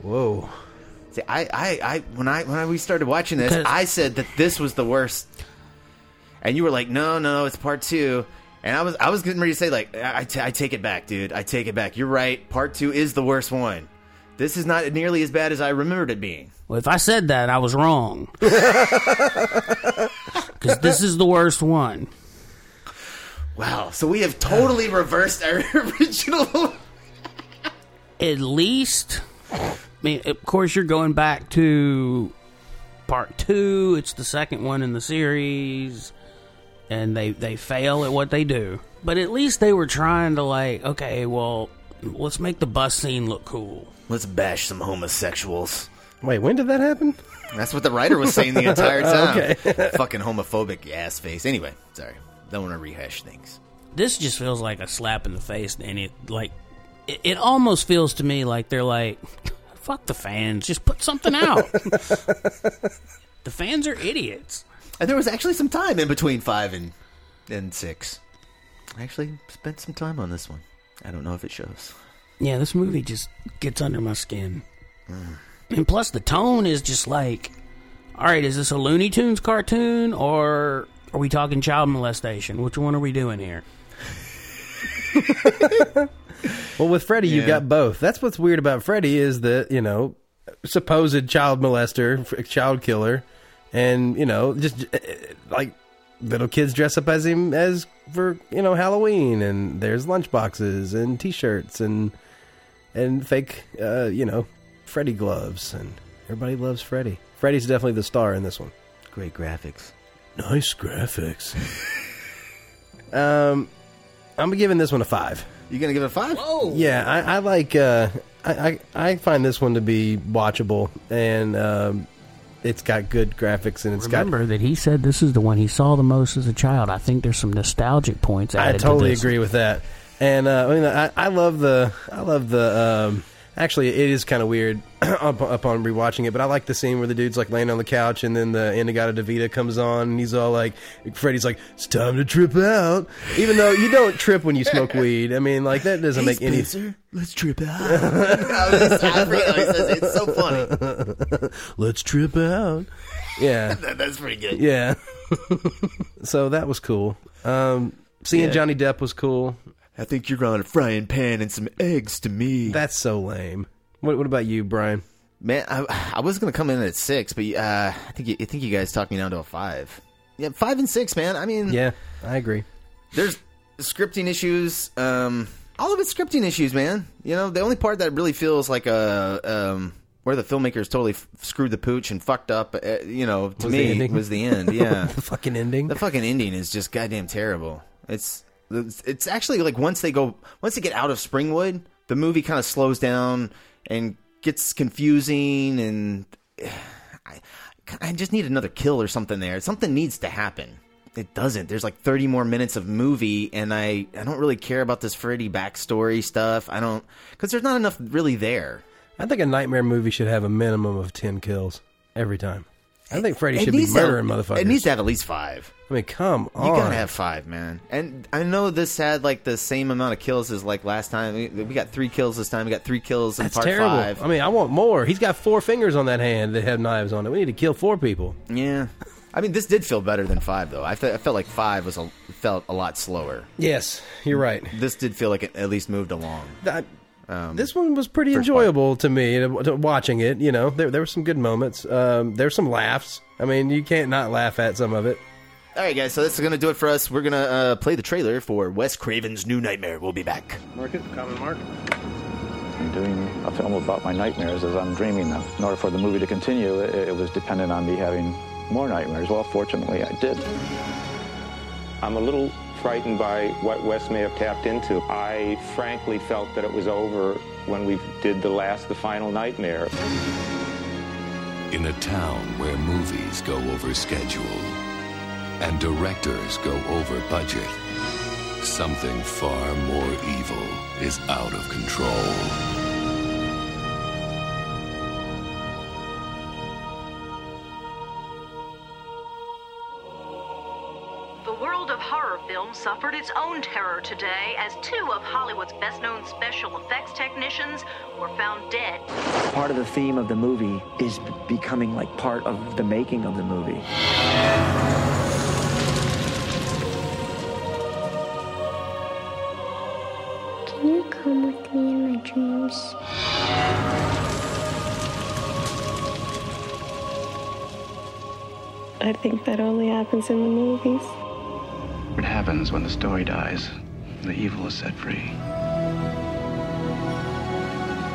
Speaker 1: Whoa.
Speaker 13: See, I, I, I when I when I, we started watching this,
Speaker 5: Because-
Speaker 13: I said that this was the worst, and you were like, "No, no, it's part two. And I was I was getting ready to say like, I I ta- I take it back, dude. I take it back. You're right. Part two is the worst one. This is not nearly as bad as I remembered it being.
Speaker 5: Well, if I said that, I was wrong. Because this is the worst one.
Speaker 13: Wow. So we have totally reversed our original.
Speaker 5: At least, I mean, of course, you're going back to part two. It's the second one in the series, and they they fail at what they do. But at least they were trying to like, okay, well, let's make the bus scene look cool.
Speaker 13: Let's bash some homosexuals.
Speaker 1: Wait, when did that happen?
Speaker 13: That's what the writer was saying the entire time.
Speaker 1: Okay.
Speaker 13: Fucking homophobic ass face. Anyway, sorry. Don't want to rehash things.
Speaker 5: this just feels like a slap in the face and it like it, it almost feels to me like they're like fuck the fans just put something out the fans are idiots
Speaker 13: And there was actually some time in between five and and six. I actually spent some time on this one. I don't know if it shows.
Speaker 5: yeah this movie just gets under my skin Mm. and plus the tone is just like all right is this a looney tunes cartoon or are we talking child molestation which one are we doing here
Speaker 1: Well, with Freddy,
Speaker 13: Yeah.
Speaker 1: you've got both. That's what's weird about Freddy is that you know, supposed child molester, f- child killer, and you know, just uh, like little kids dress up as him as for you know Halloween, and there's lunchboxes and T-shirts and and fake uh, you know Freddy gloves, and everybody loves Freddy. Freddy's definitely the star in this one.
Speaker 13: Great graphics.
Speaker 1: Nice graphics. um, I'm giving this one a five.
Speaker 13: You gonna give it a five?
Speaker 5: Whoa!
Speaker 1: Yeah, I, I like. Uh, I, I I find this one to be watchable, and um, it's got good graphics, and it's
Speaker 5: remember that he said this is the one he saw the most as a child i think there's some nostalgic points
Speaker 1: got. I
Speaker 5: added to
Speaker 1: totally
Speaker 5: this.
Speaker 1: agree with that, and uh, I mean, I, I love the. I love the. Um, actually, it is kind of weird up, upon rewatching it, but I like the scene where the dude's like laying on the couch, and then the Indigata Davita comes on, and he's all like, Freddy's like, "It's time to trip out," even though you don't trip when you smoke weed. I mean, like that doesn't make any.
Speaker 13: Let's trip out. I was just, I forget how he says it. It's so funny.
Speaker 1: Let's trip out. Yeah.
Speaker 13: That- that's pretty good.
Speaker 1: Yeah. so that was cool. Um, seeing
Speaker 13: Yeah.
Speaker 1: Johnny Depp was cool.
Speaker 13: I think you're on a frying pan and some eggs to me.
Speaker 1: That's so lame. What, what about you, Brian?
Speaker 13: Man, I, I was gonna come in at six, but uh, I think you, I think you guys talked me down to a five. Yeah, five and six, man. I mean,
Speaker 1: Yeah, I agree.
Speaker 13: there's scripting issues. Um, all of it's scripting issues, man. You know, the only part that really feels like a um, where the filmmakers totally f- screwed the pooch and fucked up. Uh, you know, to
Speaker 1: Was the
Speaker 13: me
Speaker 1: ending.
Speaker 13: was the end. Yeah,
Speaker 1: The fucking ending.
Speaker 13: the fucking ending is just goddamn terrible. It's it's it's actually like once they go once they get out of Springwood, the movie kind of slows down and gets confusing, and I I just need another kill or something there. Something needs to happen. It doesn't. There's like 30 more minutes of movie, and I I don't really care about this Freddy backstory stuff. I don't because there's not enough really there.
Speaker 1: I think a nightmare movie should have a minimum of 10 kills every time. I think Freddy
Speaker 13: It
Speaker 1: should be
Speaker 13: needs to-
Speaker 1: murdering motherfuckers.
Speaker 13: It needs to have at least five.
Speaker 1: I mean, come on.
Speaker 13: You gotta have five, man. And I know this had like the same amount of kills as like last time. We, we got three kills this time. We got three kills in
Speaker 1: That's
Speaker 13: part
Speaker 1: terrible.
Speaker 13: five.
Speaker 1: I mean, I want more. He's got four fingers on that hand that have knives on it. We need to kill four people.
Speaker 13: yeah. I mean, this did feel better than five though. I, fe- I felt like five was a, felt a lot slower.
Speaker 1: Yes, you're right.
Speaker 13: This did feel like it at least moved along.
Speaker 1: That-
Speaker 13: Um,
Speaker 1: this one was pretty enjoyable to me to- to watching it you know there, there were some good moments um, there were some laughs i mean you can't not laugh at some of it
Speaker 13: All right, guys. So that's gonna do it for us. We're gonna uh, play the trailer for Wes Craven's New Nightmare. We'll be back.
Speaker 16: Market, common market.
Speaker 17: I'm doing a film about my nightmares as I'm dreaming them. In order for the movie to continue, it, it was dependent on me having more nightmares. Well, fortunately, I did.
Speaker 18: I'm a little frightened by what Wes may have tapped into. I frankly felt that it was over when we did the last, the final nightmare.
Speaker 19: In a town where movies go over schedule and directors go over budget, something far more evil is out of control.
Speaker 16: world of horror films suffered its own terror today as two of Hollywood's best known special effects technicians were found dead.
Speaker 20: Part of the theme of the movie is b- becoming like part of the making of the movie.
Speaker 2: Can you come with me in my dreams?
Speaker 21: I think that only happens in the movies.
Speaker 22: What happens when the story dies? The evil is set free.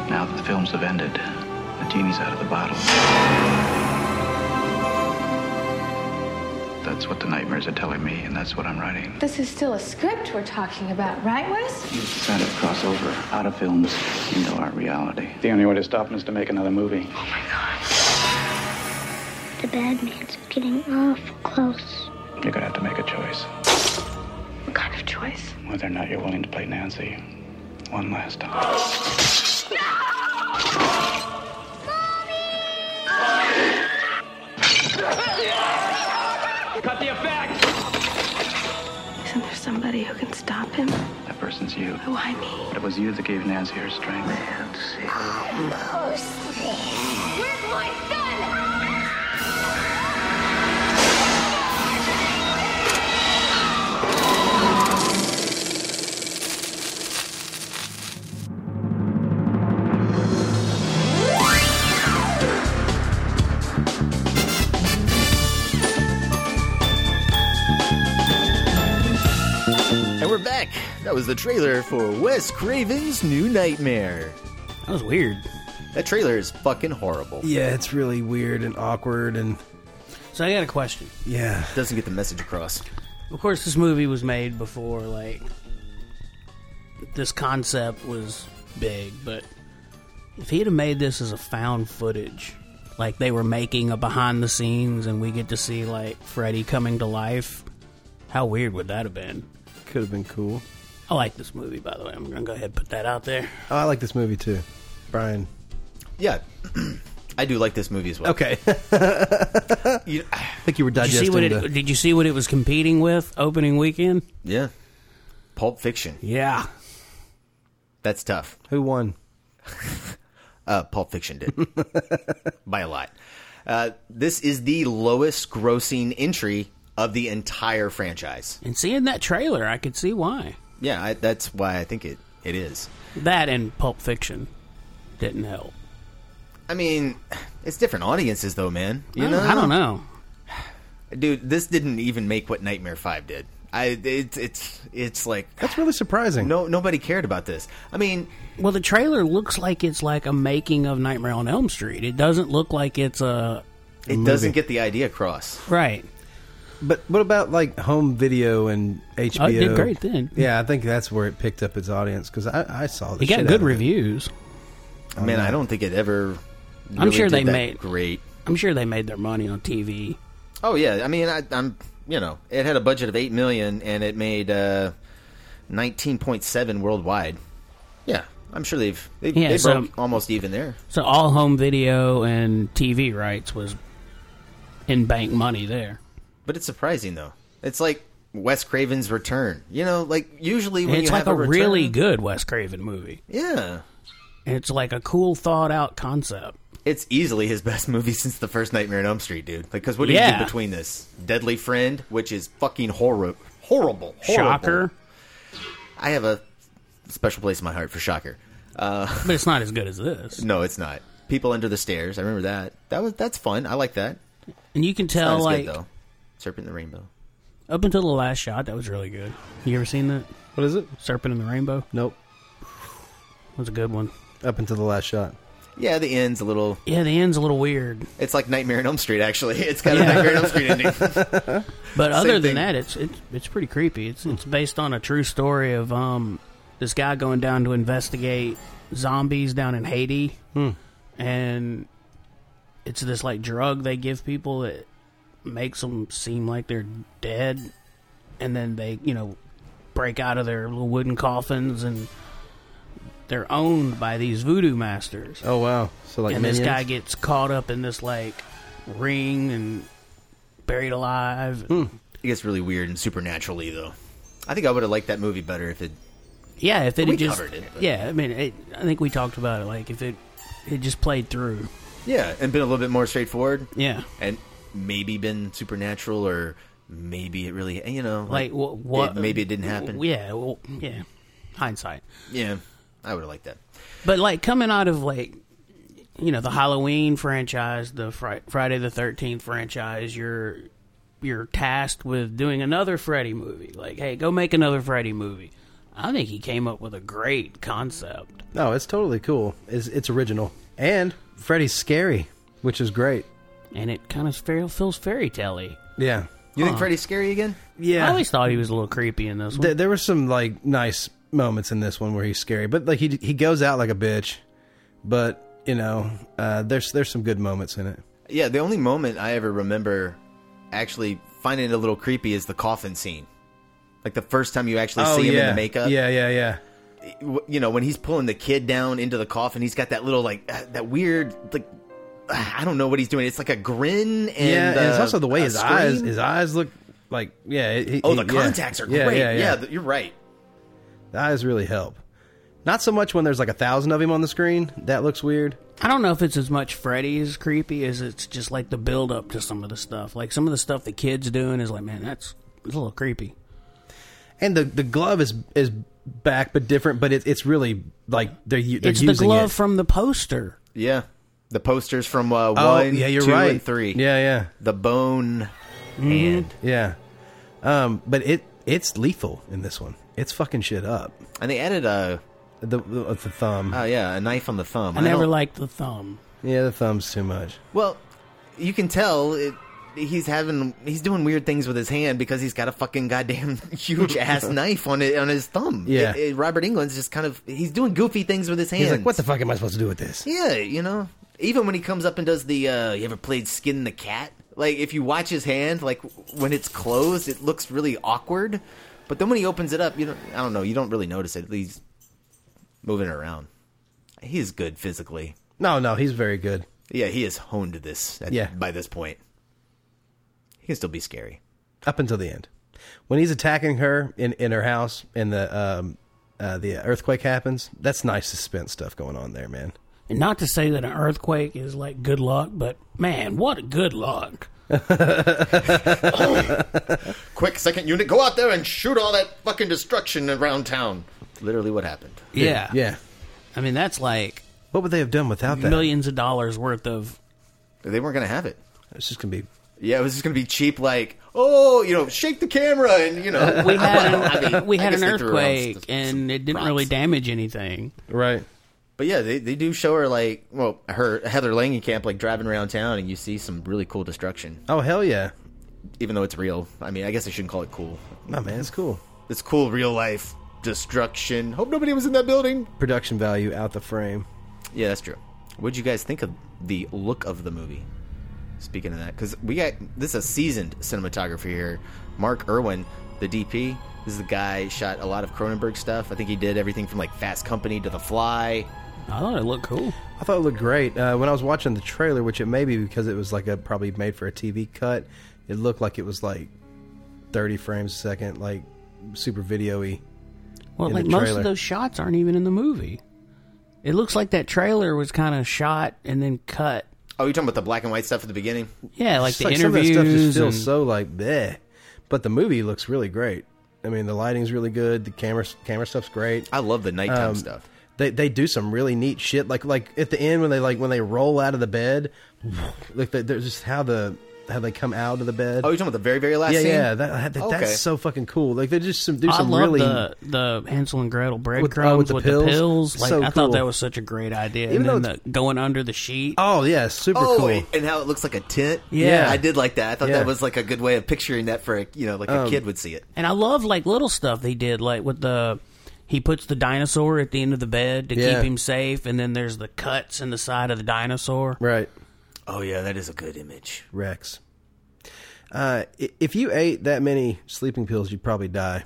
Speaker 22: Now that the films have ended, the genie's out of the bottle. That's what the nightmares are telling me, and that's what I'm writing.
Speaker 23: This is still a script we're talking about, right, Wes?
Speaker 22: It's time to cross over out of films into our reality. The only way to stop them is to make another movie.
Speaker 2: The bad man's getting awful close.
Speaker 22: You're gonna have to make a choice.
Speaker 21: What kind of choice?
Speaker 22: Whether or not you're willing to play Nancy one last time.
Speaker 24: Cut the effect!
Speaker 21: Isn't there somebody who can stop him?
Speaker 22: That person's you.
Speaker 21: Why me?
Speaker 22: It was you that gave Nancy her strength.
Speaker 2: Where's my son?
Speaker 13: And we're back. That was the trailer for Wes Craven's New Nightmare.
Speaker 5: That was weird.
Speaker 13: That trailer is fucking horrible.
Speaker 1: Yeah, it's really weird and awkward and.
Speaker 5: So I got a question.
Speaker 1: Yeah.
Speaker 13: Doesn't get the message across.
Speaker 5: Of course, this movie was made before like this concept was big, but if he'd have made this as a found footage, like they were making a behind the scenes, and we get to see like Freddy coming to life, how weird would that have been?
Speaker 1: Could have been cool.
Speaker 5: I like this movie, by the way. I'm gonna go ahead and put that out there.
Speaker 1: Oh, I like this movie too. Brian.
Speaker 13: Yeah. I do like this movie as well.
Speaker 1: Okay. I think you were
Speaker 5: Did you
Speaker 1: digesting
Speaker 5: see what it?
Speaker 1: the-
Speaker 5: Did you see what it was competing with opening weekend?
Speaker 13: Yeah. Pulp Fiction.
Speaker 5: Yeah.
Speaker 13: That's tough.
Speaker 1: Who won?
Speaker 13: Uh, Pulp Fiction did by a lot. Uh, this is the lowest grossing entry of the entire franchise.
Speaker 5: And seeing that trailer, I could see why.
Speaker 13: Yeah, I, that's why I think it, it is.
Speaker 5: That and Pulp Fiction didn't help.
Speaker 13: I mean, it's different audiences though, man. You
Speaker 5: I
Speaker 13: know,
Speaker 5: don't- Oh, I don't know.
Speaker 13: dude. This didn't even make what Nightmare Five did. I it's it's it's like
Speaker 1: that's really surprising.
Speaker 13: No, nobody cared about this. I mean,
Speaker 5: Well, the trailer looks like it's like a making of Nightmare on Elm Street. It doesn't look like it's a.
Speaker 13: it doesn't get the idea across.
Speaker 5: right.
Speaker 1: But what about like home video and HBO?
Speaker 5: Oh, it did great then.
Speaker 1: Yeah, I think that's where it picked up its audience because I, I saw the
Speaker 5: It got
Speaker 1: shit
Speaker 5: good
Speaker 1: out of it.
Speaker 5: reviews.
Speaker 13: I mean, I don't think it ever.
Speaker 5: Uh, I'm
Speaker 13: really
Speaker 5: sure
Speaker 13: did
Speaker 5: they
Speaker 13: that
Speaker 5: made
Speaker 13: great.
Speaker 5: I'm sure they made their money on TV.
Speaker 13: Oh yeah, I mean, I, I'm you know, it had a budget of eight million and it made uh, nineteen point seven worldwide. Yeah, I'm sure they've they,
Speaker 5: Yeah,
Speaker 13: they
Speaker 5: so-
Speaker 13: broke almost even there.
Speaker 5: So all home video and TV rights was in bank money there.
Speaker 13: But it's surprising though. It's like Wes Craven's return. You know, like usually when
Speaker 5: it's
Speaker 13: you
Speaker 5: like
Speaker 13: have
Speaker 5: a,
Speaker 13: a, return-
Speaker 5: really good Wes Craven movie.
Speaker 13: yeah.
Speaker 5: It's like a cool thought out concept.
Speaker 13: It's easily his best movie since the first Nightmare on Elm Street, dude. Like, because what do you
Speaker 5: Yeah.
Speaker 13: do between this Deadly Friend, which is fucking horror, horrible, horrible.
Speaker 5: Shocker.
Speaker 13: I have a special place in my heart for Shocker. Uh,
Speaker 5: But it's not as good as this.
Speaker 13: no, it's not. People Under the Stairs. I remember that. That was that's fun. I like that.
Speaker 5: And you can
Speaker 13: It's not
Speaker 5: tell
Speaker 13: as
Speaker 5: like
Speaker 13: good, though. Serpent in the Rainbow.
Speaker 5: up until the last shot that was really good. You ever seen that?
Speaker 1: What is it?
Speaker 5: Serpent in the Rainbow?
Speaker 1: Nope.
Speaker 5: Was a good one.
Speaker 1: Up until the last shot.
Speaker 13: Yeah, the end's a little.
Speaker 5: Yeah, the end's a little weird.
Speaker 13: It's like Nightmare on Elm Street. Actually, it's got a Nightmare on Elm Street ending.
Speaker 5: But other than
Speaker 13: thing.
Speaker 5: that, it's it's it's pretty creepy. It's it's based on a true story of um this guy going down to investigate zombies down in Haiti,
Speaker 1: Hmm.
Speaker 5: and it's this like drug they give people that makes them seem like they're dead, and then they you know break out of their little wooden coffins and they're owned by these voodoo masters
Speaker 1: Oh wow! So like
Speaker 5: and
Speaker 1: minions?
Speaker 5: this guy gets caught up in this like ring and buried alive.
Speaker 13: it gets really weird and supernaturally though. I think I would have liked that movie better if it.
Speaker 5: Yeah, if it
Speaker 13: we
Speaker 5: had just
Speaker 13: covered it, but-
Speaker 5: yeah, I mean, it, I think we talked about it. Like if it it just played through.
Speaker 13: Yeah, and been a little bit more straightforward.
Speaker 5: Yeah.
Speaker 13: and maybe been supernatural or maybe it really you know
Speaker 5: Like, wha-
Speaker 13: it-
Speaker 5: what?
Speaker 13: maybe it didn't happen.
Speaker 5: Yeah, well, yeah. Hindsight.
Speaker 13: yeah, I would have liked that.
Speaker 5: But like coming out of like you know the Halloween franchise, the Fri- Friday the Thirteenth franchise, you're you're tasked with doing another Freddy movie. Like, hey, go make another Freddy movie. I think he came up with a great concept.
Speaker 1: No, it's totally cool. It's, it's original. And Freddy's scary, which is great.
Speaker 5: And it kind of feels fairy tale
Speaker 1: Yeah.
Speaker 13: You think Freddy's scary again?
Speaker 1: Yeah.
Speaker 5: I always thought he was a little creepy in this one.
Speaker 1: There, there were some like nice moments in this one where he's scary, but like he he goes out like a bitch. But you know, uh, there's there's some good moments in it.
Speaker 13: Yeah, the only moment I ever remember actually finding it a little creepy is the coffin scene. Like the first time you actually see him
Speaker 1: Oh, yeah,
Speaker 13: in the makeup.
Speaker 1: Yeah, yeah, yeah.
Speaker 13: w- you know when he's pulling the kid down into the coffin he's got that little like uh, that weird like uh, i don't know what he's doing it's like a grin and
Speaker 1: yeah, and it's
Speaker 13: uh,
Speaker 1: also the way
Speaker 13: a
Speaker 1: his eyes
Speaker 13: scream.
Speaker 1: his eyes look like yeah. he-
Speaker 13: oh
Speaker 1: he-
Speaker 13: the
Speaker 1: yeah.
Speaker 13: contacts are great
Speaker 1: Yeah,
Speaker 13: yeah,
Speaker 1: yeah, yeah.
Speaker 13: th- you're right
Speaker 1: The eyes really help. Not so much when there's like a thousand of him on the screen. That looks weird.
Speaker 5: I don't know if it's as much Freddy's creepy as it's just like the build up to some of the stuff. Like some of the stuff the kids doing is like, man, that's it's a little creepy.
Speaker 1: And the the glove is is back but different, but it, it's really like they're, u- they're
Speaker 5: it's the
Speaker 1: using
Speaker 5: glove
Speaker 1: it.
Speaker 5: from the poster.
Speaker 13: yeah the posters from uh,
Speaker 1: Oh,
Speaker 13: one,
Speaker 1: yeah, you're
Speaker 13: two,
Speaker 1: right.
Speaker 13: and three
Speaker 1: Yeah, yeah.
Speaker 13: the bone
Speaker 5: Mm.
Speaker 13: hand
Speaker 1: Yeah. Um, but it it's lethal in this one. It's fucking shit up.
Speaker 13: and they added a
Speaker 1: the the, uh, the thumb.
Speaker 13: oh yeah a knife on the thumb
Speaker 5: I never
Speaker 13: don't-
Speaker 5: liked the thumb.
Speaker 1: Yeah, the thumb's too much.
Speaker 13: well you can tell it He's having, he's doing weird things with his hand because he's got a fucking goddamn huge ass knife on it on his thumb.
Speaker 1: Yeah.
Speaker 13: It- it- Robert England's just kind of, he's doing goofy things with his hands.
Speaker 1: He's like, what the fuck am I supposed to do with this?
Speaker 13: Yeah, you know. Even when he comes up and does the uh you ever played Skin the Cat? Like if you watch his hand, like when it's closed, it looks really awkward. But then when he opens it up, you don't I don't know, you don't really notice it. He's moving around. He is good physically.
Speaker 1: No, no, he's very good.
Speaker 13: Yeah, he is honed to this at,
Speaker 1: Yeah.
Speaker 13: by this point. He can still be scary.
Speaker 1: Up until the end, when he's attacking her in in her house and the um uh, the earthquake happens, that's nice suspense stuff going on there, man.
Speaker 5: And not to say that an earthquake is like good luck, but man, what a good luck.
Speaker 13: Quick second unit, go out there and shoot all that fucking destruction around town. Literally what happened.
Speaker 5: Yeah.
Speaker 1: yeah.
Speaker 5: I mean, that's like
Speaker 1: What would they have done without that?
Speaker 5: millions of dollars worth of.
Speaker 13: They weren't gonna have it.
Speaker 1: It's just gonna be
Speaker 13: Yeah, it was just gonna be cheap, like, oh, you know, shake the camera and you know
Speaker 5: We had an,
Speaker 13: I mean,
Speaker 5: we
Speaker 13: I
Speaker 5: had
Speaker 13: guess
Speaker 5: an
Speaker 13: they threw around
Speaker 5: earthquake,
Speaker 13: some-
Speaker 5: and it didn't
Speaker 13: props.
Speaker 5: really damage anything.
Speaker 1: right.
Speaker 13: But yeah, they, they do show her like well, her Heather Langenkamp like driving around town and you see some really cool destruction.
Speaker 1: Oh hell yeah,
Speaker 13: Even though it's real. I mean I guess I shouldn't call it cool.
Speaker 1: no man, it's cool.
Speaker 13: It's cool real life destruction. Hope nobody was in that building.
Speaker 1: Production value out the frame.
Speaker 13: Yeah, that's true. What'd you guys think of the look of the movie? Speaking of that, because we got this is a seasoned cinematographer here, Mark Irwin, the DP. This is the guy shot a lot of Cronenberg stuff. I think he did everything from like Fast Company to The Fly.
Speaker 5: I thought it looked cool.
Speaker 1: I thought it looked great uh, when I was watching the trailer, which it may be because it was like a probably made for a TV cut. It looked like it was like thirty frames a second, like super video-y.
Speaker 5: Well,
Speaker 1: in
Speaker 5: like
Speaker 1: the
Speaker 5: most
Speaker 1: trailer.
Speaker 5: of those shots aren't even in the movie. It looks like that trailer was kind of shot and then cut.
Speaker 13: Oh, you're talking about the black and white stuff at the beginning?
Speaker 5: Yeah, like
Speaker 1: It's
Speaker 5: the
Speaker 1: some of that stuff
Speaker 5: interviews
Speaker 1: just feels
Speaker 5: and-
Speaker 1: so like bleh. But the movie looks really great. I mean, the lighting's really good. The camera camera stuff's great.
Speaker 13: I love the nighttime
Speaker 1: Um,
Speaker 13: stuff.
Speaker 1: They they do some really neat shit. Like like at the end when they like when they roll out of the bed, like the, there's just how the how they come out of the bed.
Speaker 13: Oh, you're talking about the very very last
Speaker 1: yeah,
Speaker 13: scene?
Speaker 1: yeah, that, that-
Speaker 13: Okay.
Speaker 1: that's so fucking cool. Like they just some do
Speaker 5: I
Speaker 1: some
Speaker 5: love
Speaker 1: really
Speaker 5: the, the Hansel and Gretel breadcrumbs
Speaker 1: oh,
Speaker 5: with,
Speaker 1: with
Speaker 5: the,
Speaker 1: the
Speaker 5: pills.
Speaker 1: pills?
Speaker 5: Like
Speaker 1: So cool.
Speaker 5: I thought that was such a great idea.
Speaker 1: Even
Speaker 5: and
Speaker 1: though
Speaker 5: then the going under the sheet.
Speaker 1: Oh yeah, super
Speaker 13: oh,
Speaker 1: cool.
Speaker 13: and how it looks like a tent.
Speaker 1: Yeah.
Speaker 13: I did like that. I thought
Speaker 1: Yeah.
Speaker 13: that was like a good way of picturing that for a, you know like
Speaker 1: Um,
Speaker 13: a kid would see it.
Speaker 5: And I love like little stuff they did, like with the he puts the dinosaur at the end of the bed to
Speaker 1: Yeah.
Speaker 5: keep him safe, and then there's the cuts in the side of the dinosaur.
Speaker 1: Right,
Speaker 13: Oh yeah, that is a good image.
Speaker 1: Rex. Uh, i- if you ate that many sleeping pills, you'd probably die.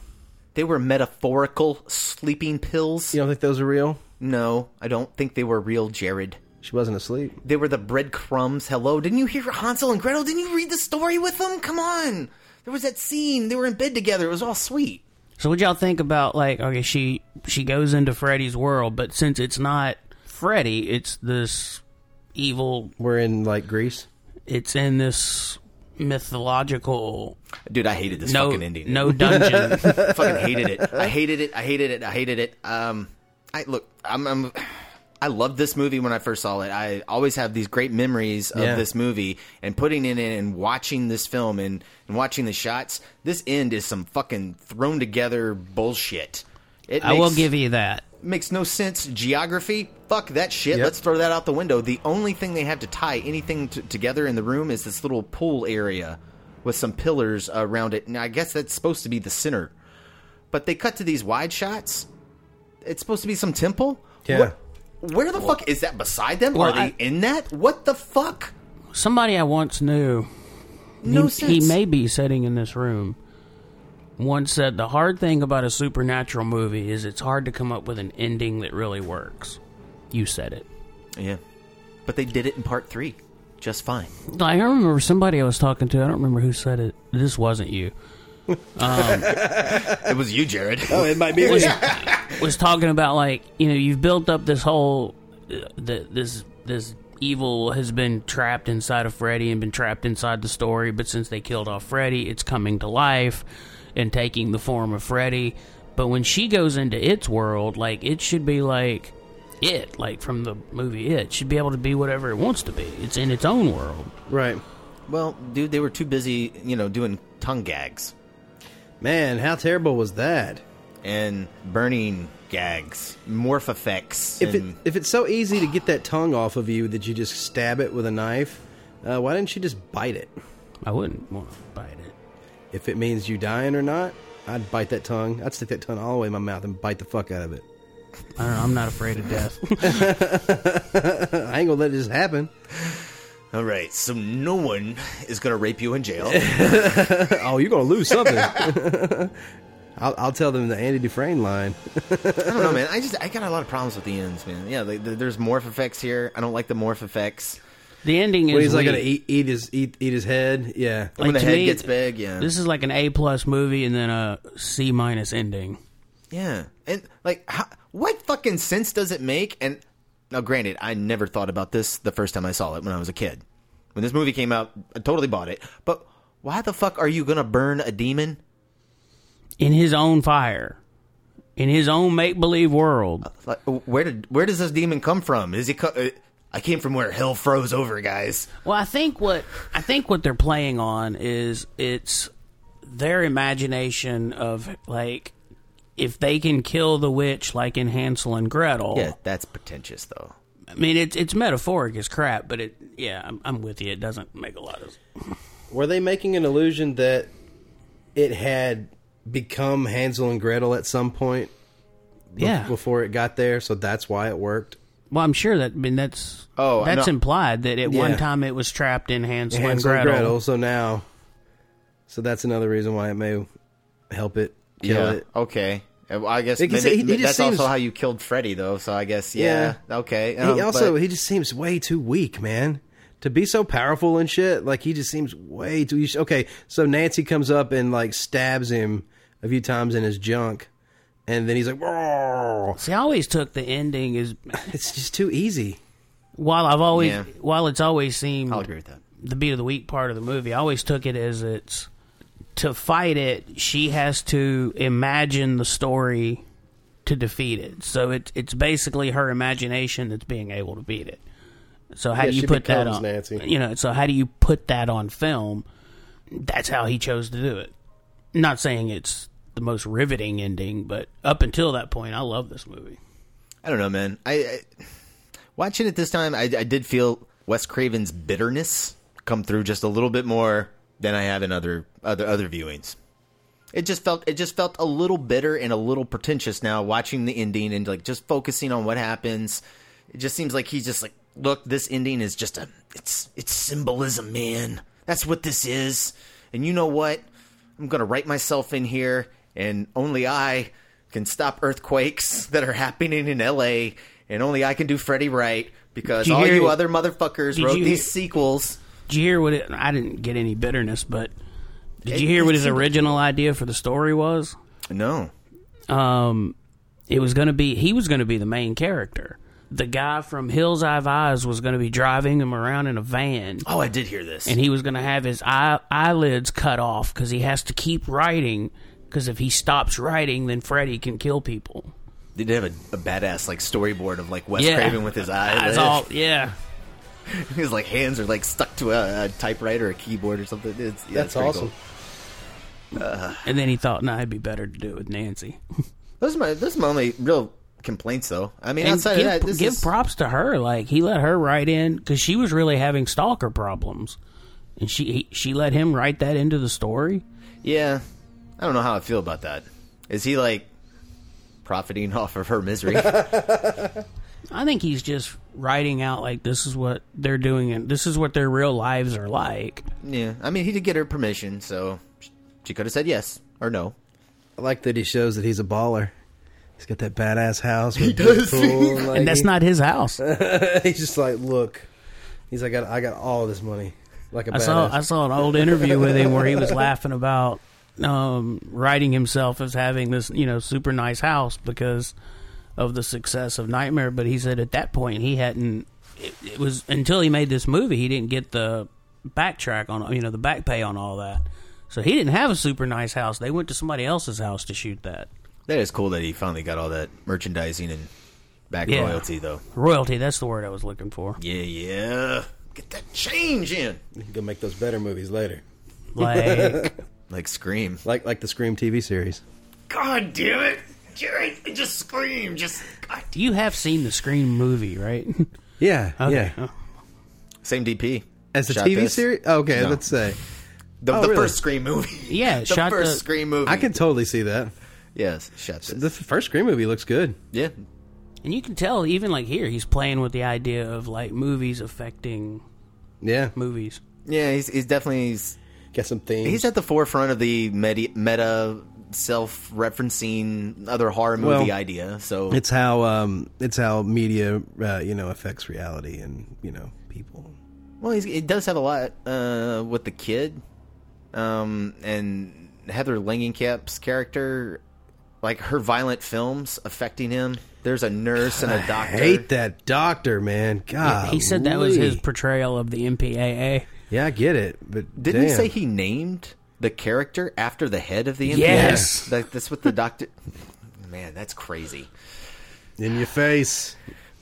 Speaker 13: They were metaphorical sleeping pills.
Speaker 1: You don't think those are real?
Speaker 13: No, I don't think they were real, Jared.
Speaker 1: She wasn't asleep.
Speaker 13: They were the breadcrumbs. Hello, didn't you hear Hansel and Gretel? Didn't you read the story with them? Come on. There was that scene. They were in bed together. It was all sweet.
Speaker 5: So what y'all think about like okay she she goes into Freddy's world, but since it's not Freddy, it's this evil.
Speaker 1: We're in like Greece.
Speaker 5: It's in this mythological.
Speaker 13: Dude, I hated this
Speaker 5: no,
Speaker 13: fucking ending.
Speaker 5: No dungeon.
Speaker 13: fucking hated it. I hated it. I hated it. I hated it. Um, I look. I'm. I'm I loved this movie when I first saw it. I always have these great memories of
Speaker 1: Yeah.
Speaker 13: this movie and putting it in and watching this film and, and watching the shots. This end is some fucking thrown together bullshit. It
Speaker 5: I will
Speaker 13: makes-
Speaker 5: give you that.
Speaker 13: makes no sense. Geography, fuck that shit. Let's throw that out the window. The only thing they have to tie anything t- together in the room is this little pool area with some pillars around it. And I guess that's supposed to be the center. But they cut to these wide shots. It's supposed to be some temple.
Speaker 1: Yeah.
Speaker 13: What, where the fuck is that beside them?
Speaker 5: Well,
Speaker 13: Are they
Speaker 5: I-
Speaker 13: in that? What the fuck?
Speaker 5: Somebody I once knew.
Speaker 13: No
Speaker 5: he,
Speaker 13: sense.
Speaker 5: he may be sitting in this room. Once said the hard thing about a supernatural movie is it's hard to come up with an ending that really works. You said it.
Speaker 13: Yeah. But they did it in part three just fine.
Speaker 5: Like, I remember somebody I was talking to. I don't remember who said it. This wasn't you. Um,
Speaker 13: it was you, Jared.
Speaker 1: Oh, it might be
Speaker 5: was,
Speaker 1: me.
Speaker 5: was talking about like you know you've built up this whole uh, the, this this evil has been trapped inside of Freddy and been trapped inside the story, but since they killed off Freddy, it's coming to life and taking the form of Freddy. But when she goes into its world, like it should be like it, like from the movie, it should be able to be whatever it wants to be. It's in its own world.
Speaker 1: Right.
Speaker 13: Well, dude, they were too busy, you know, doing tongue gags.
Speaker 1: Man, how terrible was that?
Speaker 13: And burning gags, morph effects.
Speaker 1: If it
Speaker 13: and-
Speaker 1: if it's so easy to get that tongue off of you that you just stab it with a knife, uh, why didn't you just bite it?
Speaker 5: I wouldn't want to bite it.
Speaker 1: If it means you dying or not, I'd bite that tongue. I'd stick that tongue all the way in my mouth and bite the fuck out of it.
Speaker 5: I don't know, I'm not afraid of death.
Speaker 1: I ain't gonna let it just happen.
Speaker 13: all right, so no one is going to rape you in jail.
Speaker 1: oh, you're gonna lose something. I'll, I'll tell them the Andy Dufresne line.
Speaker 13: I don't know, man. I just I got a lot of problems with the ends, man. Yeah, like, there- there's morph effects here. I don't like the morph effects.
Speaker 5: The ending is
Speaker 1: When he's like
Speaker 5: weak.
Speaker 1: gonna eat eat his eat eat his head. Yeah,
Speaker 13: when the
Speaker 5: to
Speaker 13: head
Speaker 5: me,
Speaker 13: gets big, yeah.
Speaker 5: This is like an A plus movie and then a C minus ending.
Speaker 13: Yeah, and like, how, what fucking sense does it make? And now, granted, I never thought about this the first time I saw it when I was a kid. When this movie came out, I totally bought it. But why the fuck are you gonna burn a demon?
Speaker 5: In his own fire. In his own make believe world.
Speaker 13: Like, oh, where did where does this demon come from? Is he? Co- uh, I came from where hell froze over, guys.
Speaker 5: Well, I think what I think what they're playing on is it's their imagination of like if they can kill the witch like in Hansel and Gretel.
Speaker 13: Yeah, that's pretentious, though.
Speaker 5: I mean it's it's metaphoric as crap, but it yeah, I'm, I'm with you. It doesn't make a lot of
Speaker 1: Were they making an illusion that it had become Hansel and Gretel at some point? be-
Speaker 5: Yeah.
Speaker 1: Before it got there, so that's why it worked.
Speaker 5: Well, I'm sure that I mean that's
Speaker 13: Oh,
Speaker 5: that's
Speaker 13: no.
Speaker 5: implied that at one
Speaker 1: Yeah.
Speaker 5: time it was trapped in Hansel,
Speaker 1: Hansel
Speaker 5: and
Speaker 1: and
Speaker 5: Gretel.
Speaker 1: Gretel. So now, so that's another reason why it may help it kill
Speaker 13: yeah.
Speaker 1: it.
Speaker 13: Okay. Uh, well, I guess
Speaker 1: Like,
Speaker 13: maybe,
Speaker 1: he- he just
Speaker 13: that's
Speaker 1: seems-
Speaker 13: also how you killed Freddy, though. So I guess yeah. Okay.
Speaker 1: He
Speaker 13: Um,
Speaker 1: also
Speaker 13: but-
Speaker 1: he just seems way too weak, man. To be so powerful and shit, like he just seems way too. Okay, so Nancy comes up and like stabs him a few times in his junk, and then he's like, "Whoa!"
Speaker 5: See, I always took the ending as
Speaker 1: it's just too easy.
Speaker 5: While I've always
Speaker 1: Yeah.
Speaker 5: while it's always seemed
Speaker 13: I'll agree with that.
Speaker 5: the beat of the week part of the movie, I always took it as it's to fight it, she has to imagine the story to defeat it. So it's it's basically her imagination that's being able to beat it. So how
Speaker 1: Yeah,
Speaker 5: do you
Speaker 1: she
Speaker 5: put that
Speaker 1: becomes
Speaker 5: on
Speaker 1: Nancy.
Speaker 5: You know, so how do you put that on film? That's how he chose to do it. Not saying it's the most riveting ending, but up until that point, I love this movie.
Speaker 13: I don't know, man. I, I watching it this time, I, I did feel Wes Craven's bitterness come through just a little bit more than I have in other other other viewings. It just felt it just felt a little bitter and a little pretentious now watching the ending and like just focusing on what happens. It just seems like he's just like, look, this ending is just a it's it's symbolism, man. That's what this is. And you know what? I'm gonna write myself in here, and only I can stop earthquakes that are happening in L.A. And only I can do Freddy right because
Speaker 5: Did you
Speaker 13: all
Speaker 5: hear-
Speaker 13: you other motherfuckers
Speaker 5: did
Speaker 13: wrote
Speaker 5: you
Speaker 13: these
Speaker 5: hear-
Speaker 13: sequels.
Speaker 5: Did you hear what it? I didn't get any bitterness, but Did you hear what his original idea for the story was?
Speaker 13: No.
Speaker 5: Um, it was going to be he was going to be the main character. The guy from Hills I've Eyes was going to be driving him around in a van.
Speaker 13: Oh, I did hear this.
Speaker 5: And he was going to have his eye, eyelids cut off because he has to keep writing. Because if he stops writing, then Freddy can kill people.
Speaker 13: Did he have a, a badass like storyboard of like Wes
Speaker 5: Yeah.
Speaker 13: Craven with his eyes?
Speaker 5: Eyes all- yeah.
Speaker 13: His like hands are like stuck to a, a typewriter, or a keyboard, or something. It's, yeah,
Speaker 1: That's
Speaker 13: it's pretty
Speaker 1: awesome.
Speaker 13: cool. Uh,
Speaker 5: And then he thought, "No, it'd be better to do it with Nancy."
Speaker 13: those are my those are my only real complaints, though. I mean,
Speaker 5: And
Speaker 13: outside
Speaker 5: give,
Speaker 13: of that, this
Speaker 5: give
Speaker 13: is
Speaker 5: props to her. Like he let her write in because she was really having stalker problems, and she he, she let him write that into the story.
Speaker 13: yeah. I don't know how I feel about that. Is he like profiting off of her misery?
Speaker 5: I think he's just writing out like this is what they're doing and this is what their real lives are like.
Speaker 13: yeah, I mean, he did get her permission, so she could have said yes or no.
Speaker 1: I like that he shows that he's a baller. He's got that badass house. With
Speaker 13: He
Speaker 1: a big
Speaker 13: does.
Speaker 1: pool, like,
Speaker 5: and that's
Speaker 1: he-
Speaker 5: not his house.
Speaker 1: he's just like, look. He's like, I got, I got all this money. Like a
Speaker 5: I saw
Speaker 1: badass.
Speaker 5: I saw an old interview with him where he was laughing about um, writing himself as having this you know super nice house because of the success of Nightmare. But he said at that point he hadn't. It, it was until he made this movie he didn't get the backtrack on you know the back pay on all that. So he didn't have a super nice house. They went to somebody else's house to shoot that
Speaker 13: That is cool that he finally got all that merchandising and back
Speaker 5: Yeah.
Speaker 13: royalty, though.
Speaker 5: royalty. That's the word I was looking for.
Speaker 13: Yeah, yeah. Get that change in.
Speaker 1: You can go make those better movies later.
Speaker 5: Like-
Speaker 13: like Scream.
Speaker 1: Like like the Scream TV series.
Speaker 13: God damn it, Jerry! Just scream! Just God.
Speaker 5: You have seen the Scream movie, right?
Speaker 1: Yeah,
Speaker 5: Okay.
Speaker 1: yeah.
Speaker 13: Same DP
Speaker 1: As a
Speaker 13: Shot
Speaker 1: TV
Speaker 13: this.
Speaker 1: series? Okay,
Speaker 13: No.
Speaker 1: let's say.
Speaker 13: the,
Speaker 1: Oh,
Speaker 13: the
Speaker 1: really?
Speaker 13: first Scream movie.
Speaker 5: Yeah,
Speaker 13: the
Speaker 5: shot
Speaker 13: first
Speaker 5: the-
Speaker 13: Scream movie.
Speaker 1: I can totally see that.
Speaker 13: Yes, shot this.
Speaker 1: The f- first Scream movie looks good.
Speaker 13: Yeah,
Speaker 5: And you can tell, even like here, he's playing with the idea of like movies affecting
Speaker 1: Yeah.
Speaker 5: movies.
Speaker 13: yeah. He's he's definitely he's,
Speaker 1: Got some themes.
Speaker 13: he's at the forefront of the medi- meta self-referencing other horror movie
Speaker 1: Well,
Speaker 13: idea. So
Speaker 1: it's how um it's how media uh, you know affects reality and you know people.
Speaker 13: Well, he's, it does have a lot uh, with the kid, um, and Heather Langenkamp's character, like her violent films affecting him. There's a nurse and a
Speaker 1: I
Speaker 13: doctor.
Speaker 1: hate that doctor, man. God.
Speaker 5: he said that was his portrayal of the MPAA.
Speaker 1: Yeah, I get it, but
Speaker 13: Didn't he
Speaker 1: damn.
Speaker 13: say he named the character after the head of the NPA?
Speaker 5: Yes.
Speaker 13: That, that's what the doctor. Man, that's crazy.
Speaker 1: in your face?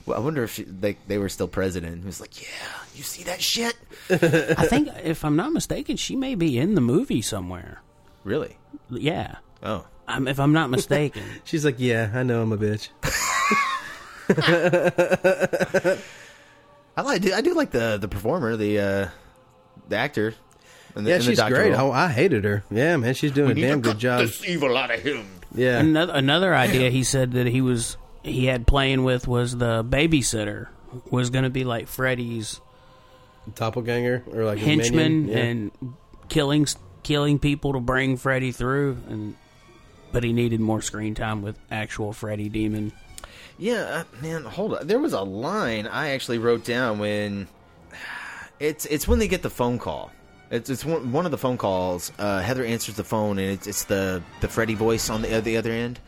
Speaker 13: Well, I wonder if she, they, they were still president. He was like, "Yeah, you see that shit?
Speaker 5: I think, if I'm not mistaken, she may be in the movie somewhere.
Speaker 13: Really?
Speaker 5: Yeah,
Speaker 13: Oh,
Speaker 5: I'm, if I'm not mistaken.
Speaker 1: She's like, yeah, I know I'm a bitch.
Speaker 13: I like. I do like the the performer, the uh, the actor. And the,
Speaker 1: Yeah,
Speaker 13: and the
Speaker 1: she's
Speaker 13: doctor
Speaker 1: great.
Speaker 13: role.
Speaker 1: Oh, I hated her. Yeah, man, she's doing a damn good job.
Speaker 6: evil out of him.
Speaker 1: Yeah,
Speaker 5: Another another idea he said that he was he had playing with was the babysitter was going to be like Freddy's
Speaker 1: doppelganger or like a
Speaker 5: henchman
Speaker 1: minion. Yeah.
Speaker 5: and killing killing people to bring Freddy through and. But he needed more screen time with actual Freddy Demon.
Speaker 13: Yeah, uh, man, hold on. There was a line I actually wrote down when it's it's when they get the phone call. It's it's one, one of the phone calls. Uh, Heather answers the phone, and it's it's the the Freddy voice on the the other end,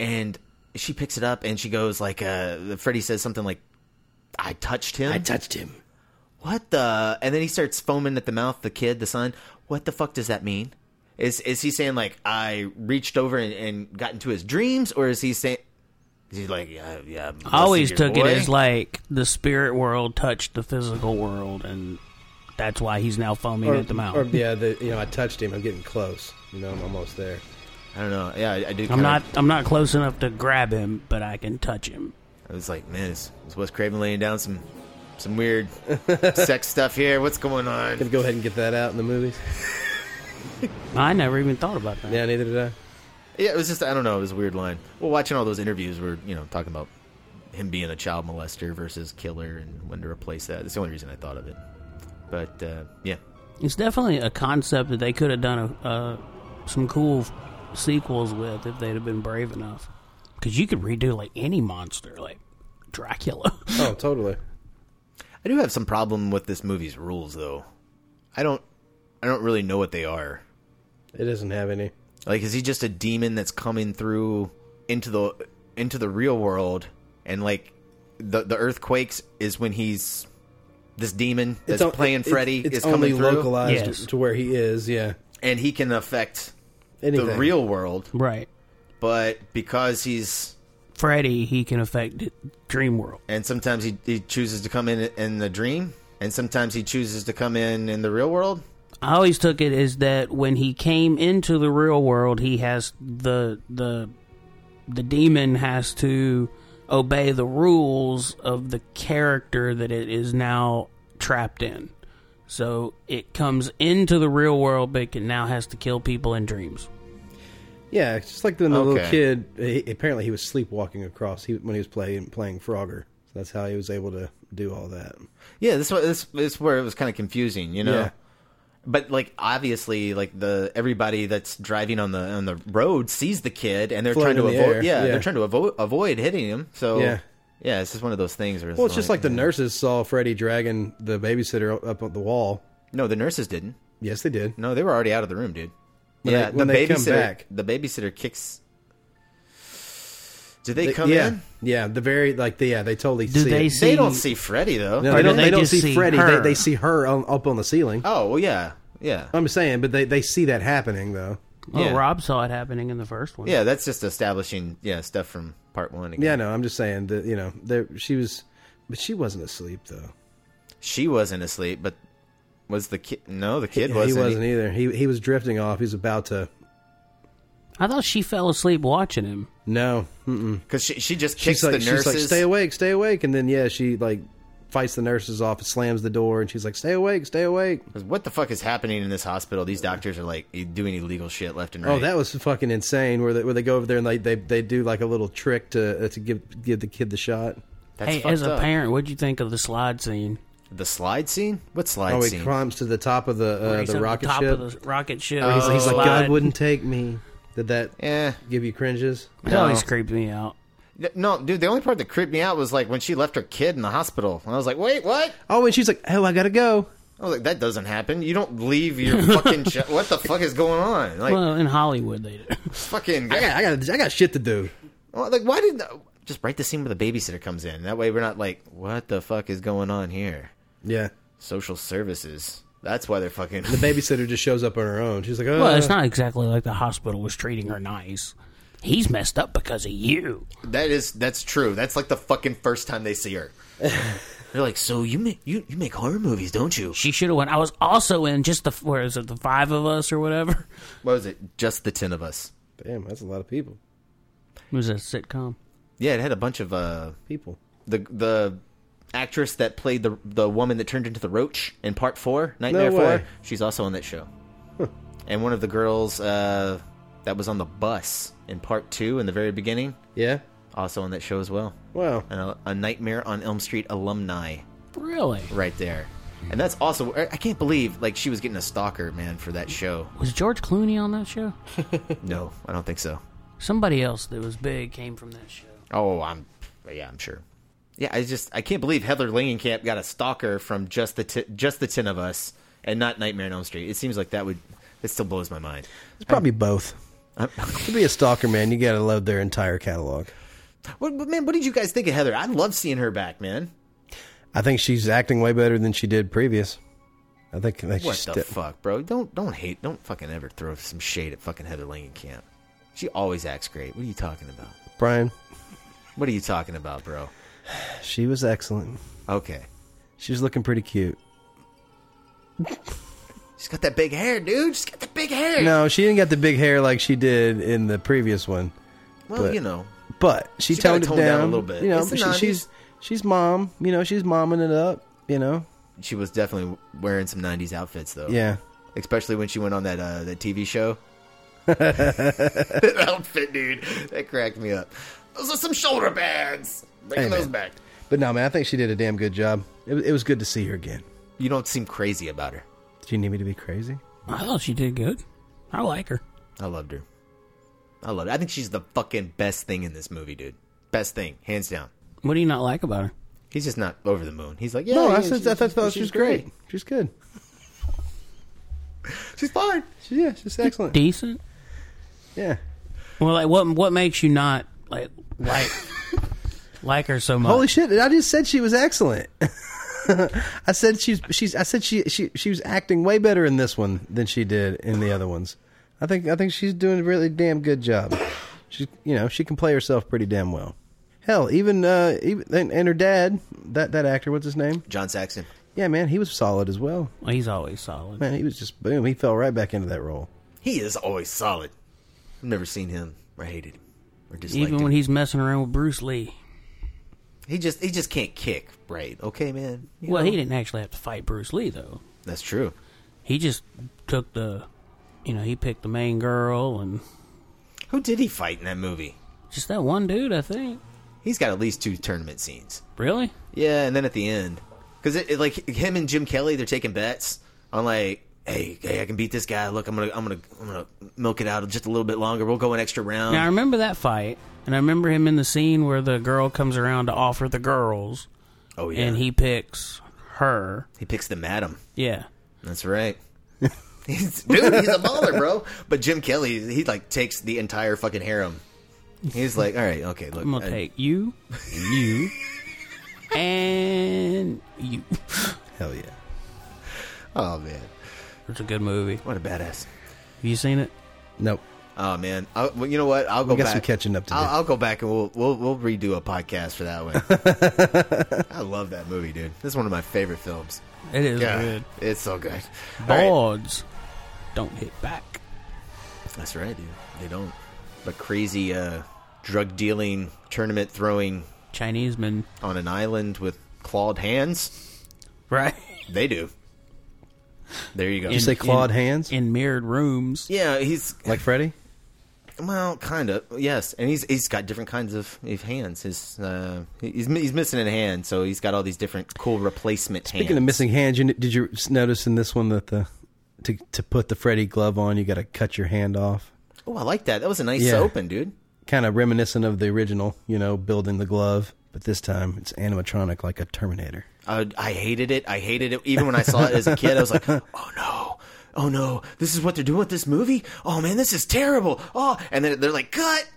Speaker 13: and she picks it up and she goes like, uh, Freddy says something like, "I touched him."
Speaker 1: I touched him.
Speaker 13: what the? And then he starts foaming at the mouth. The kid, the son. What the fuck does that mean? Is is he saying like I reached over and, and got into his dreams, or is he saying? Is he like yeah, yeah? I'm
Speaker 5: I always
Speaker 13: molesting
Speaker 5: took
Speaker 13: your
Speaker 5: it
Speaker 13: boy?"
Speaker 5: as like the spirit world touched the physical world, and that's why he's now foaming
Speaker 1: Or,
Speaker 5: at the mouth.
Speaker 1: or yeah, the, you know, I touched him. I'm getting close. You know, I'm almost there.
Speaker 13: I don't know. Yeah, I, I do.
Speaker 5: I'm
Speaker 13: kinda-
Speaker 5: not. I'm not close enough to grab him, but I can touch him.
Speaker 13: I was like, man, is, is Wes Craven laying down some some weird sex stuff here? What's going on?
Speaker 1: Gonna go ahead and get that out in the movies.
Speaker 5: I never even thought about that.
Speaker 1: Yeah, neither did I.
Speaker 13: Yeah, it was just I don't know. It was a weird line. Well, watching all those interviews, were you know talking about him being a child molester versus killer and when to replace that. That's the only reason I thought of it. But uh, yeah,
Speaker 5: It's definitely a concept that they could have done a, uh, some cool f- sequels with if they'd have been brave enough. Because you could redo like any monster, like Dracula.
Speaker 1: Oh, totally.
Speaker 13: I do have some problem with this movie's rules, though. I don't I don't really know what they are.
Speaker 1: It doesn't have any.
Speaker 13: Like, is he just a demon that's coming through into the into the real world? And like, the the earthquakes is when he's this demon that's
Speaker 1: on-
Speaker 13: playing
Speaker 1: it-
Speaker 13: Freddy
Speaker 1: it's
Speaker 13: is
Speaker 1: only
Speaker 13: coming through,
Speaker 1: localized to where he is. Yeah,
Speaker 13: and he can affect the
Speaker 1: Anything.
Speaker 13: real world,
Speaker 5: Right.
Speaker 13: But because he's
Speaker 5: Freddy, he can affect it- Dream World.
Speaker 13: and sometimes he, he chooses to come in in the dream, and sometimes he chooses to come in in the real world.
Speaker 5: I always took it as that when he came into the real world, he has the the the demon has to obey the rules of the character that it is now trapped in. So it comes into the real world, but it now has to kill people in dreams.
Speaker 1: yeah. It's just like when the
Speaker 5: Okay.
Speaker 1: little kid. He, apparently, he was sleepwalking across he, when he was playing playing Frogger. So that's how he was able to do all that.
Speaker 13: Yeah, this wa- this this where it was kind of confusing, you know.
Speaker 1: Yeah.
Speaker 13: But like obviously, like the everybody that's driving on the on the road sees the kid, and they're
Speaker 1: Floating
Speaker 13: trying
Speaker 1: in
Speaker 13: to
Speaker 1: the
Speaker 13: avoid.
Speaker 1: air,
Speaker 13: yeah,
Speaker 1: yeah.
Speaker 13: they're trying to avoid avoid hitting him. So
Speaker 1: Yeah.
Speaker 13: yeah, it's just one of those things. Where it's
Speaker 1: Well, it's just like the nurses saw Freddy dragging the babysitter up on the wall.
Speaker 13: No, the nurses didn't.
Speaker 1: Yes, they did.
Speaker 13: No, they were already out of the room, dude.
Speaker 1: When
Speaker 13: yeah,
Speaker 1: they- when
Speaker 13: the
Speaker 1: they
Speaker 13: babysitter.
Speaker 1: come back.
Speaker 13: The babysitter kicks. Did they
Speaker 1: They-
Speaker 13: come
Speaker 1: yeah,
Speaker 13: in?
Speaker 1: Yeah, the very like the, yeah, they totally
Speaker 5: Do
Speaker 1: see
Speaker 5: they
Speaker 1: it.
Speaker 5: see-
Speaker 13: They don't see Freddy though.
Speaker 1: No, they don't, they don't
Speaker 5: just
Speaker 1: see,
Speaker 5: see
Speaker 1: Freddy. They,
Speaker 5: her?
Speaker 1: they see her on, up on the ceiling.
Speaker 13: Oh well, yeah, yeah,
Speaker 1: I'm saying, but they, they see that happening though.
Speaker 5: Well,
Speaker 13: Yeah.
Speaker 5: Rob saw it happening in the first one.
Speaker 13: yeah. That's just establishing yeah stuff from part one. Again.
Speaker 1: Yeah, no, I'm just saying that you know there she was, but she wasn't asleep though.
Speaker 13: She wasn't asleep, but was the kid? No, the kid
Speaker 1: Yeah,
Speaker 13: wasn't. e-
Speaker 1: he wasn't either. He he was drifting off. He's about to
Speaker 5: I thought she fell asleep watching him.
Speaker 1: no. Mm-mm.
Speaker 13: Because she, she just kicks
Speaker 1: e- She's like
Speaker 13: the nurses.
Speaker 1: she's like stay awake, stay awake, and then yeah, she like fights the nurses off, and slams the door, and she's like stay awake, stay awake.
Speaker 13: 'Cause what the fuck is happening in this hospital? These doctors are like e-, doing illegal shit left and right.
Speaker 1: Oh, that was fucking insane. Where they where they go over there and like they they do like a little trick to uh, to give give the kid the shot.
Speaker 5: hey, as a parent, what'd you think of the slide scene?
Speaker 13: the slide scene. What slide
Speaker 1: oh, he
Speaker 13: scene?
Speaker 1: climbs to the top of
Speaker 5: Where
Speaker 1: the uh,
Speaker 5: he's
Speaker 1: the
Speaker 5: at
Speaker 1: rocket
Speaker 5: top
Speaker 1: ship.
Speaker 5: of the rocket ship.
Speaker 1: Where he's, he's like God
Speaker 5: slide.
Speaker 1: wouldn't take me. Did that
Speaker 13: Yeah.
Speaker 1: give you cringes?
Speaker 5: It always creeped me out.
Speaker 13: Th- No, dude. The only part that creeped me out was like when she left her kid in the hospital. And I was like, wait, what?
Speaker 1: Oh, and she's like, "Oh, I gotta go."
Speaker 13: I was like, that doesn't happen. You don't leave your fucking. Ch- what the fuck is going on? Like,
Speaker 5: well, in Hollywood, they do.
Speaker 13: fucking.
Speaker 1: I got, I got, I got shit to do.
Speaker 13: Well, like, why did not just write the scene where the babysitter comes in? That way, we're not like, what the fuck is going on here?
Speaker 1: Yeah,
Speaker 13: Social services. That's why they're fucking.
Speaker 1: the babysitter just shows up on her own. She's like, "Oh,
Speaker 5: Well, it's not exactly like the hospital was treating her nice. He's messed up because of you.
Speaker 13: That is that's true. That's like the fucking first time they see her. They're like, so you make you, you make horror movies, don't you?
Speaker 5: She should have went. I was also in just the where is it the five of us or whatever.
Speaker 13: What was it? Just the ten of us.
Speaker 1: Damn, that's a lot of people.
Speaker 5: It was a sitcom.
Speaker 13: Yeah, it had a bunch of uh
Speaker 1: People.
Speaker 13: the the actress that played the the woman that turned into the roach in part four, Nightmare
Speaker 1: No
Speaker 13: Four.
Speaker 1: way.
Speaker 13: She's also on that show. And one of the girls uh, that was on the bus in part two in the very beginning,
Speaker 1: Yeah.
Speaker 13: also on that show as well.
Speaker 1: Wow.
Speaker 13: And a, a Nightmare on Elm Street alumni.
Speaker 5: Really?
Speaker 13: right there. And that's also I I can't believe like she was getting a stalker man for that show.
Speaker 5: Was George Clooney on that show?
Speaker 13: No, I don't think so.
Speaker 5: Somebody else that was big came from that show.
Speaker 13: Oh, I'm yeah, I'm sure. Yeah, I just I can't believe Heather Langenkamp got a stalker from just the t- just the ten of us and not Nightmare on Elm Street. It seems like that would it still blows my mind. Uh,
Speaker 1: It's probably both. to be a stalker, man, you gotta love their entire catalog.
Speaker 13: What, but man, what did you guys think of Heather? I love seeing her back, man.
Speaker 1: I think she's acting way better than she did previous. I think, I think
Speaker 13: What
Speaker 1: she's
Speaker 13: the
Speaker 1: sti-
Speaker 13: fuck, bro? Don't don't hate. Don't fucking ever throw some shade at fucking Heather Langenkamp. She always acts great. What are you talking about?
Speaker 1: Brian.
Speaker 13: What are you talking about, bro?
Speaker 1: She was excellent.
Speaker 13: Okay.
Speaker 1: She was looking pretty cute.
Speaker 13: She's got that big hair, dude. She's got that big hair.
Speaker 1: No, she didn't get the big hair like she did in the previous one.
Speaker 13: Well,
Speaker 1: but-
Speaker 13: you know.
Speaker 1: But she,
Speaker 13: She gotta
Speaker 1: toned it
Speaker 13: tone
Speaker 1: down,
Speaker 13: down a little bit.
Speaker 1: You know,
Speaker 13: It's the
Speaker 1: she,
Speaker 13: 90s.
Speaker 1: she's she's mom. You know, she's momming it up. You know,
Speaker 13: She was definitely wearing some 90s outfits, though.
Speaker 1: Yeah.
Speaker 13: Especially when she went on that uh, that TV show. that outfit, dude. That cracked me up. Those are some shoulder pads. Bring
Speaker 1: Hey,
Speaker 13: those
Speaker 1: man.
Speaker 13: back.
Speaker 1: But no, man, I think she did a damn good job. It, wa- it was good to see her again.
Speaker 13: You don't seem crazy about her.
Speaker 1: Do you need me to be crazy?
Speaker 5: I thought she did good. I like her.
Speaker 13: I loved her. I loved her. I think she's the fucking best thing in this movie, dude. Best thing, hands down.
Speaker 5: What do you not like about her?
Speaker 13: He's just not over the moon. He's like, yeah,
Speaker 1: no,
Speaker 13: yeah,
Speaker 1: I, said,
Speaker 13: she's-
Speaker 1: I thought, thought she
Speaker 13: she's
Speaker 1: was great. She's good. she's fine. She, yeah, she's excellent.
Speaker 5: Decent.
Speaker 1: Yeah.
Speaker 5: Well, like what what makes you not like like like her so much?
Speaker 1: Holy shit! I just said she was excellent. I said she's she's I said she she she was acting way better in this one than she did in the other ones. I think I think she's doing a really damn good job. She you know she can play herself pretty damn well. Hell, even uh even and, and her dad that that actor what's his name
Speaker 13: John Saxon.
Speaker 1: Yeah, man, he was solid as well.
Speaker 5: Well, he's always solid.
Speaker 1: Man, he was just boom. He fell right back into that role.
Speaker 13: He is always solid. I've never seen him or hated him or disliked
Speaker 5: Even when
Speaker 13: him.
Speaker 5: he's messing around with Bruce Lee.
Speaker 13: he just he just can't kick right. Okay, man. You
Speaker 5: well,
Speaker 13: know?
Speaker 5: he didn't actually have to fight Bruce Lee though.
Speaker 13: That's true.
Speaker 5: He just took the, you know, he picked the main girl and
Speaker 13: Who did he fight in that movie?
Speaker 5: just that one dude. I think
Speaker 13: He's got at least two tournament scenes.
Speaker 5: really.
Speaker 13: Yeah, and then at the end, because it, it, like him and Jim Kelly, they're taking bets on like, hey, hey, I can beat this guy. Look, I'm gonna, I'm gonna, I'm gonna milk it out just a little bit longer. We'll go an extra round.
Speaker 5: Now I remember that fight, and I remember him in the scene where the girl comes around to offer the girls.
Speaker 13: Oh, yeah.
Speaker 5: and he picks her.
Speaker 13: He picks the madam.
Speaker 5: Yeah,
Speaker 13: That's right. he's, dude, he's a baller, bro. But Jim Kelly, he like takes the entire fucking harem. He's like, all right, okay, look,
Speaker 5: I'm gonna
Speaker 13: I-
Speaker 5: take you, you, and you.
Speaker 1: Hell yeah.
Speaker 13: Oh man,
Speaker 5: It's a good movie.
Speaker 13: what a badass.
Speaker 5: Have you seen it?
Speaker 1: Nope.
Speaker 13: Oh man, I, well, you know what? I'll go.
Speaker 1: We got
Speaker 13: back.
Speaker 1: some catching up to do.
Speaker 13: I'll, I'll go back and we'll we'll we'll redo a podcast for that one. I love that movie, dude. This is one of my favorite films.
Speaker 5: It is
Speaker 13: God,
Speaker 5: good.
Speaker 13: It's so good. All right.
Speaker 5: Boards don't hit back.
Speaker 13: That's right, dude. They don't. But crazy uh, drug dealing, tournament throwing
Speaker 5: Chinese men,
Speaker 13: on an island with clawed hands.
Speaker 5: right?
Speaker 13: They do. There you go.
Speaker 1: you say clawed
Speaker 5: in-
Speaker 1: hands
Speaker 5: in mirrored rooms.
Speaker 13: yeah, he's
Speaker 1: like Freddy?
Speaker 13: Well, kind of, yes. And he's he's got different kinds of, of hands. His uh, he's he's missing a hand, so he's got all these different cool replacement hands.
Speaker 1: Speaking of missing hands, you, kn- did you s- notice in this one that the to to put the Freddy glove on, you got to cut your hand off?
Speaker 13: oh, I like that. That was a nice
Speaker 1: Yeah.
Speaker 13: open, dude.
Speaker 1: Kind of reminiscent of the original, you know, building the glove, but this time it's animatronic like a Terminator.
Speaker 13: I, I hated it. I hated it. Even when I saw it as a kid, I was like, oh no. Oh no, this is what they're doing with this movie? Oh man, this is terrible. Oh, and then they're like, cut.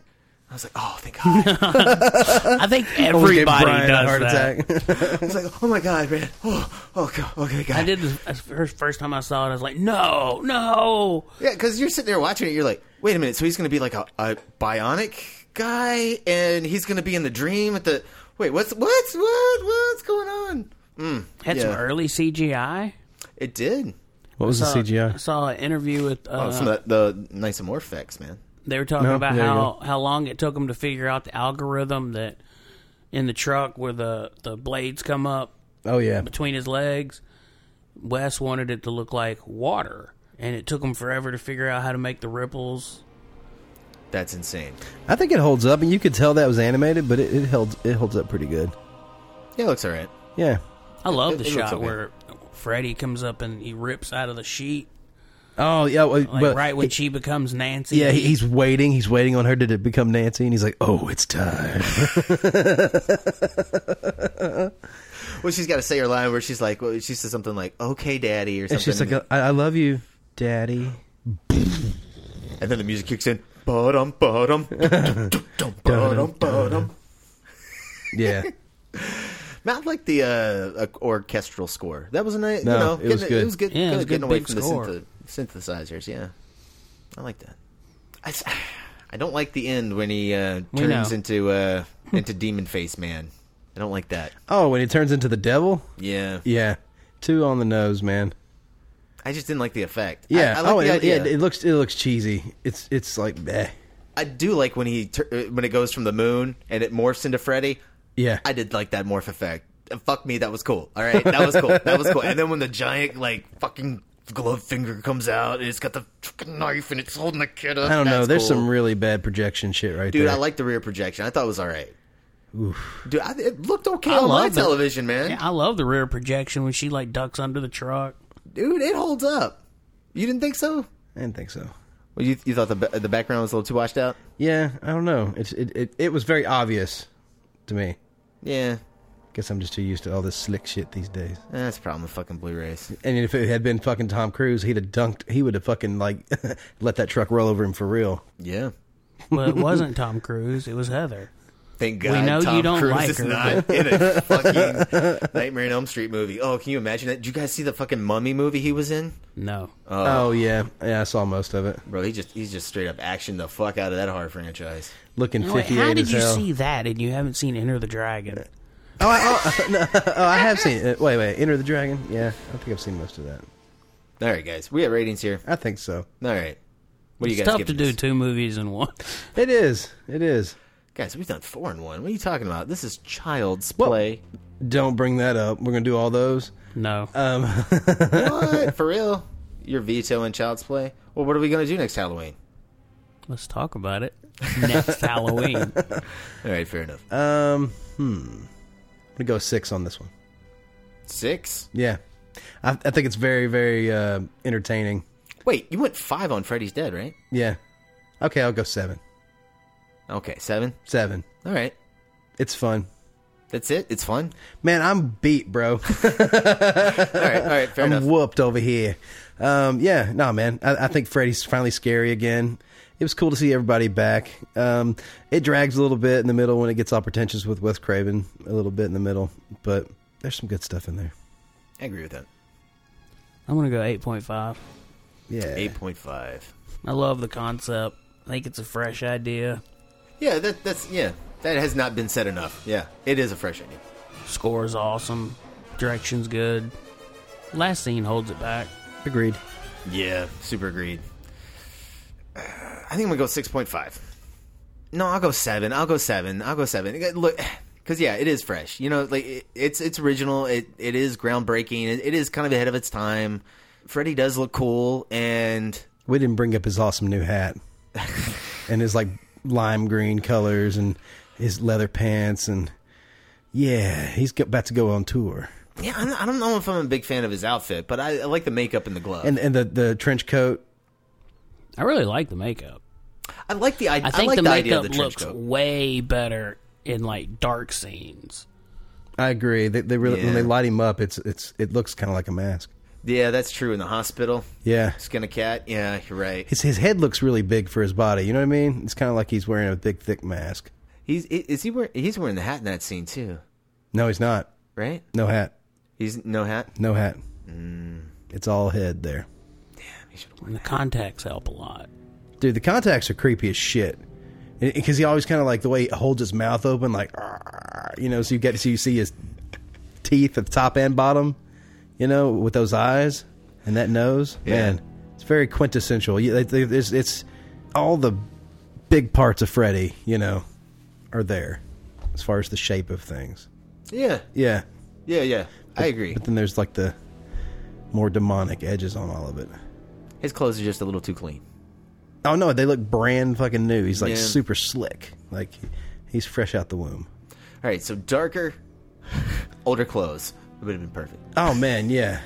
Speaker 13: I was like, oh, thank God.
Speaker 5: I think
Speaker 1: Almost gave
Speaker 5: everybody
Speaker 1: Brian a
Speaker 5: does
Speaker 1: heart
Speaker 5: that.
Speaker 1: attack.
Speaker 13: I was like, oh my God, man. Oh, oh, God. okay, God.
Speaker 5: I did the first first time I saw it. I was like, no, no.
Speaker 13: Yeah, because you're sitting there watching it, you're like, wait a minute, so he's going to be like a, a bionic guy, and he's going to be in the dream at the. Wait, what's what's what what's going on? Mm,
Speaker 5: Had
Speaker 13: yeah,
Speaker 5: some early CGI.
Speaker 13: It did.
Speaker 1: What was
Speaker 5: Saw-
Speaker 1: the CGI?
Speaker 5: I saw an interview with. Uh,
Speaker 13: Oh, some of the, the nice more effects, man.
Speaker 5: They were talking
Speaker 1: No,
Speaker 5: about
Speaker 1: there you
Speaker 5: how, how long it took them to figure out the algorithm that in the truck where the, the blades come up
Speaker 1: Oh yeah,
Speaker 5: between his legs. Wes wanted it to look like water, and it took him forever to figure out how to make the ripples.
Speaker 13: That's insane.
Speaker 1: I think it holds up, and you could tell that was animated, but it, it held it holds up pretty good.
Speaker 13: Yeah, it looks all right.
Speaker 1: Yeah,
Speaker 5: I love
Speaker 13: It-
Speaker 5: the
Speaker 13: it looks
Speaker 5: shot
Speaker 13: okay.
Speaker 5: where Freddy comes up and he rips out of the sheet,
Speaker 1: Oh yeah, well,
Speaker 5: like
Speaker 1: but
Speaker 5: right when she becomes Nancy.
Speaker 1: yeah, he- he's waiting. He's waiting on her to, to become Nancy, and he's like, "Oh, it's time."
Speaker 13: Well, she's got to say her line where she's like, well, she says something like, "Okay, daddy," or something,
Speaker 1: and she's like, "I, I love you, Daddy."
Speaker 13: and then the music kicks in. Ba-dum, ba-dum, dum-dum, ba-dum, ba-dum.
Speaker 1: Yeah,
Speaker 13: Man, I like the uh, ac- orchestral score. That was a nice,
Speaker 1: No,
Speaker 13: you know,
Speaker 1: it was
Speaker 13: getting-
Speaker 1: good.
Speaker 13: It was good,
Speaker 5: Yeah, it
Speaker 13: good
Speaker 5: was a
Speaker 13: getting
Speaker 5: good
Speaker 13: away
Speaker 5: big
Speaker 13: from the
Speaker 5: score.
Speaker 13: synth- synthesizers. Yeah, I like that. I, s- I don't like the end when he uh,
Speaker 5: We
Speaker 13: turns
Speaker 5: know.
Speaker 13: into uh, into demon face man. I don't like that.
Speaker 1: Oh, when he turns into the devil?
Speaker 13: Yeah,
Speaker 1: Yeah. Two on the nose, man.
Speaker 13: I just didn't like the effect. I-
Speaker 1: Yeah.
Speaker 13: I, like
Speaker 1: oh,
Speaker 13: the
Speaker 1: it,
Speaker 13: idea.
Speaker 1: yeah, it looks it looks cheesy. It's it's like eh. bleh.
Speaker 13: I do like when he tur- uh, when it goes from the moon and it morphs into Freddy.
Speaker 1: Yeah.
Speaker 13: I did like that morph effect. Uh, Fuck me, that was cool. All right, that was cool. That was cool. And then when the giant like fucking glove finger comes out, and it's got the fucking knife and it's holding the kid up.
Speaker 1: I don't know.
Speaker 13: that's
Speaker 1: There's
Speaker 13: cool.
Speaker 1: some really bad projection shit right
Speaker 13: dude.
Speaker 1: there.
Speaker 13: I like the rear projection. I thought it was all right. Dude, I, it looked okay
Speaker 5: I
Speaker 13: on my
Speaker 5: love the-
Speaker 13: television, man.
Speaker 5: Yeah, I love the rear projection when she like ducks under the truck.
Speaker 13: Dude, it holds up. You didn't think so?
Speaker 1: I didn't think so.
Speaker 13: Well, you you thought the ba- the background was a little too washed out.
Speaker 1: Yeah, I don't know. It's it, it it was very obvious to me.
Speaker 13: Yeah.
Speaker 1: Guess I'm just too used to all this slick shit these days.
Speaker 13: That's the problem with fucking Blu-rays.
Speaker 1: And if it had been fucking Tom Cruise, he'd have dunked. He would have fucking like let that truck roll over him for real.
Speaker 13: Yeah.
Speaker 5: Well, it wasn't Tom Cruise. It was Heather.
Speaker 13: Thank
Speaker 5: We
Speaker 13: God
Speaker 5: know
Speaker 13: Tom
Speaker 5: you don't
Speaker 13: Cruise
Speaker 5: like
Speaker 13: is
Speaker 5: her,
Speaker 13: not
Speaker 5: but-
Speaker 13: in a fucking Nightmare on Elm Street movie. Oh, can you imagine that? Did you guys see the fucking Mummy movie he was in?
Speaker 5: No.
Speaker 1: Oh, yeah, yeah. I saw most of it.
Speaker 13: Bro, he just he's just straight up action the fuck out of that horror franchise.
Speaker 1: Looking
Speaker 5: Wait,
Speaker 1: fifty
Speaker 5: how
Speaker 1: eight
Speaker 5: did
Speaker 1: as
Speaker 5: you
Speaker 1: hell.
Speaker 5: see that and you haven't seen Enter the Dragon?
Speaker 1: Oh, I, oh, no, oh, I have seen it. Wait, wait. Enter the Dragon. Yeah, I think I've seen most of that.
Speaker 13: All right, guys, we have ratings here.
Speaker 1: I think so.
Speaker 13: All right, what do you
Speaker 5: it's
Speaker 13: guys
Speaker 5: tough to
Speaker 13: giving
Speaker 5: do
Speaker 13: this?
Speaker 5: two movies in one.
Speaker 1: It is. It is.
Speaker 13: Guys, we've done four and one. What are you talking about? This is child's play.
Speaker 1: Don't bring that up. We're gonna do all those.
Speaker 5: No.
Speaker 13: Uh,
Speaker 1: Um,
Speaker 13: what for real? You're vetoing child's play. Well, what are we gonna do next Halloween?
Speaker 5: Let's talk about it next Halloween.
Speaker 13: All right, fair enough.
Speaker 5: Uh,
Speaker 1: Um, hmm. I'm gonna go six on this one.
Speaker 13: Six.
Speaker 1: Yeah, I, I think it's very, very uh, entertaining.
Speaker 13: Wait, you went five on Freddy's Dead, right?
Speaker 1: Yeah. Okay, I'll go seven.
Speaker 13: Okay, seven.
Speaker 1: Seven.
Speaker 13: All right,
Speaker 1: It's fun.
Speaker 13: that's it. It's fun.
Speaker 1: Man, I'm beat, bro.
Speaker 13: All right, all right, fair
Speaker 1: I'm
Speaker 13: enough.
Speaker 1: whooped over here. Um, yeah, no, man. I, I think Freddy's finally scary again. It was cool to see everybody back. Um, it drags a little bit in the middle when it gets all pretentious with Wes Craven, a little bit in the middle, but there's some good stuff in there.
Speaker 13: I agree with that.
Speaker 5: I'm gonna go eight point five.
Speaker 1: Yeah.
Speaker 13: Eight point five.
Speaker 5: I love the concept. I think it's a fresh idea.
Speaker 13: Yeah, that that's yeah. That has not been said enough. Yeah, it is a fresh idea.
Speaker 5: Score's awesome. Direction's good. Last scene holds it back.
Speaker 1: Agreed.
Speaker 13: Yeah, super agreed. Uh, I think I'm gonna go six point five. No, I'll go seven. I'll go seven. I'll go seven. Look, because yeah, it is fresh. You know, like it, it's it's original. It it is groundbreaking. It, it is kind of ahead of its time. Freddy does look cool, and
Speaker 1: We didn't bring up his awesome new hat and his like lime green colors and his leather pants and yeah, he's go- about to go on tour.
Speaker 13: yeah, I'm, I don't know if I'm a big fan of his outfit, but I, I like the makeup and the glove.
Speaker 1: And and the the trench coat.
Speaker 5: I really like the makeup.
Speaker 13: I like the idea.
Speaker 5: I
Speaker 13: I
Speaker 5: think
Speaker 13: like
Speaker 5: the,
Speaker 13: the, idea
Speaker 5: makeup
Speaker 13: of the trench
Speaker 5: looks
Speaker 13: coat.
Speaker 5: way better in like dark scenes.
Speaker 1: I agree. They, they really when they
Speaker 13: Yeah.
Speaker 1: light him up, it's it's it looks kind of like a mask.
Speaker 13: Yeah, that's true. In the hospital,
Speaker 1: Yeah,
Speaker 13: skin a cat. Yeah, you're right.
Speaker 1: his his head looks really big for his body. You know what I mean? It's kind of like he's wearing a big thick mask.
Speaker 13: He's is he wearing? He's wearing the hat in that scene too,
Speaker 1: No, he's not.
Speaker 13: right?
Speaker 1: No hat.
Speaker 13: He's no hat.
Speaker 1: No hat. It's all head there,
Speaker 5: And the contacts help a lot.
Speaker 1: dude. The contacts are creepy as shit. Because he always kind of like the way he holds his mouth open, like "Arr," you know. So you get so you see his teeth at the top and bottom, you know, with those eyes and that nose.
Speaker 13: Yeah.
Speaker 1: Man, it's very quintessential. You- it- it- It's, it's all the big parts of Freddy, you know, are there as far as the shape of things.
Speaker 13: Yeah,
Speaker 1: Yeah,
Speaker 13: yeah, yeah. I agree.
Speaker 1: but then there's like the more demonic edges on all of it.
Speaker 13: His clothes are just a little too clean.
Speaker 1: Oh no, they look brand fucking new. He's like
Speaker 13: Yeah.
Speaker 1: super slick. Like he's fresh out the womb.
Speaker 13: All right, so darker, older clothes would have been perfect.
Speaker 1: Oh man, yeah.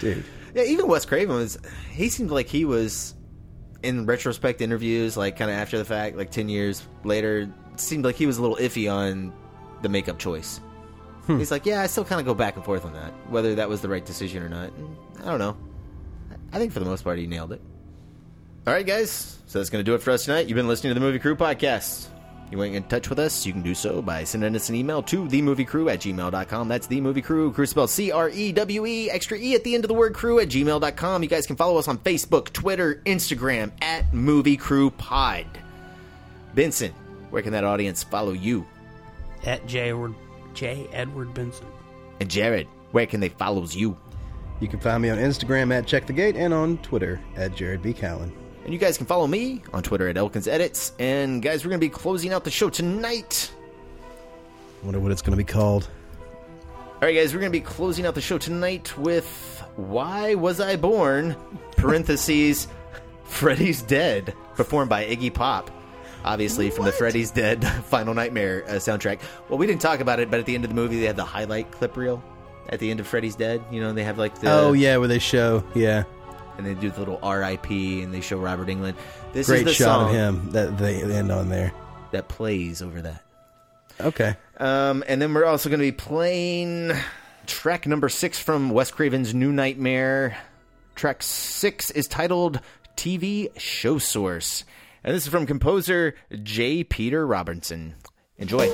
Speaker 1: Dude.
Speaker 13: Yeah, even Wes Craven was. He seemed like he was in retrospect interviews, like kind of after the fact, like ten years later, seemed like he was a little iffy on the makeup choice. He's like, yeah, I still kind of go back and forth on that, whether that was the right decision or not. And I don't know. I- I think for the most part, he nailed it. All right, guys. So that's going to do it for us tonight. You've been listening to the Movie Crew podcast. You want to get in touch with us? You can do so by sending us an email to themoviecrew at gmail.com. That's themoviecrew, crew spelled C R E W E, extra E at the end of the word crew at gmail.com. You guys can follow us on Facebook, Twitter, Instagram at Movie Crew Pod. Benson, where can that audience follow you?
Speaker 5: At J. Edward, J. Edward Benson.
Speaker 13: And Jared, where can they follow you?
Speaker 1: You can find me on Instagram at Check the Gate and on Twitter at Jared B. Cowan.
Speaker 13: And you guys can follow me on Twitter at Elkins Edits. And guys, we're going to be closing out the show tonight.
Speaker 1: Wonder what it's gonna be called.
Speaker 13: All right, guys, we're going to be closing out the show tonight with Why Was I Born? parentheses, Freddy's Dead, performed by Iggy Pop. Obviously, from the Freddy's Dead Final Nightmare uh, soundtrack. Well, we didn't talk about it, but at the end of the movie, they had the highlight clip reel at the end of Freddy's Dead. You know, they have like the.
Speaker 1: oh yeah, where they show yeah.
Speaker 13: And they do the little RIP and they show Robert England. This
Speaker 1: Great
Speaker 13: is the
Speaker 1: shot
Speaker 13: song
Speaker 1: of him that they end on there.
Speaker 13: that plays over that.
Speaker 1: Okay.
Speaker 13: Um, and then we're also going to be playing track number six from Wes Craven's New Nightmare. Track six is titled TV Show Source. And this is from composer J. Peter Robinson. Enjoy.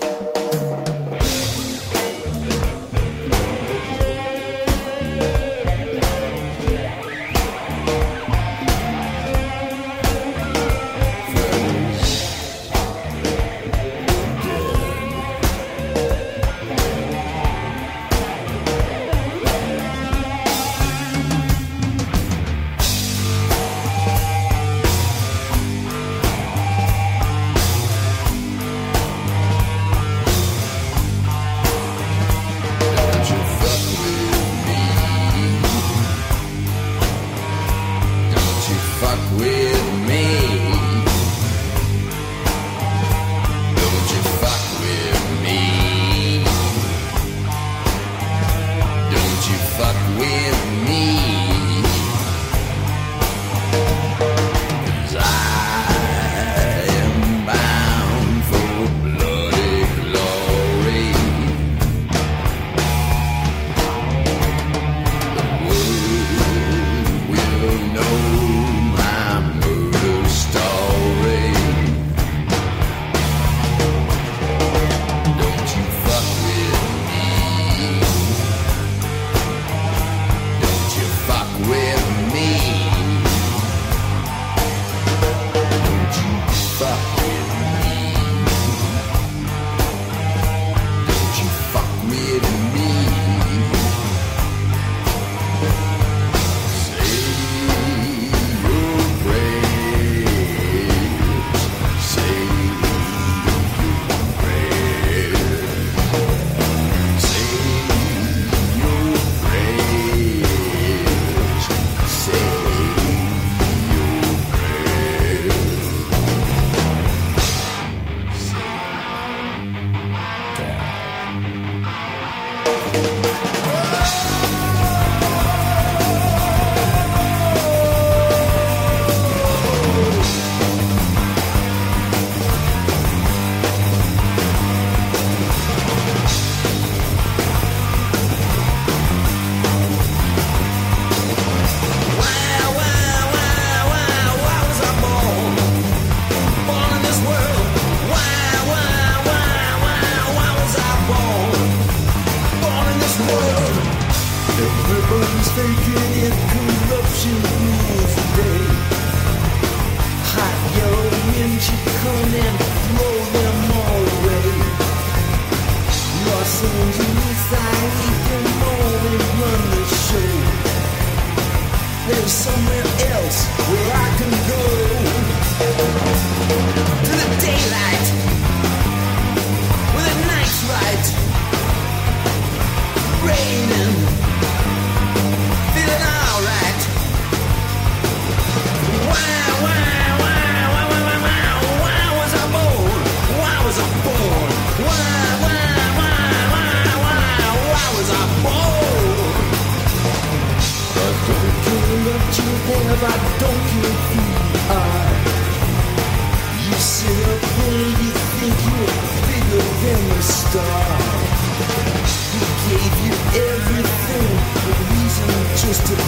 Speaker 4: just to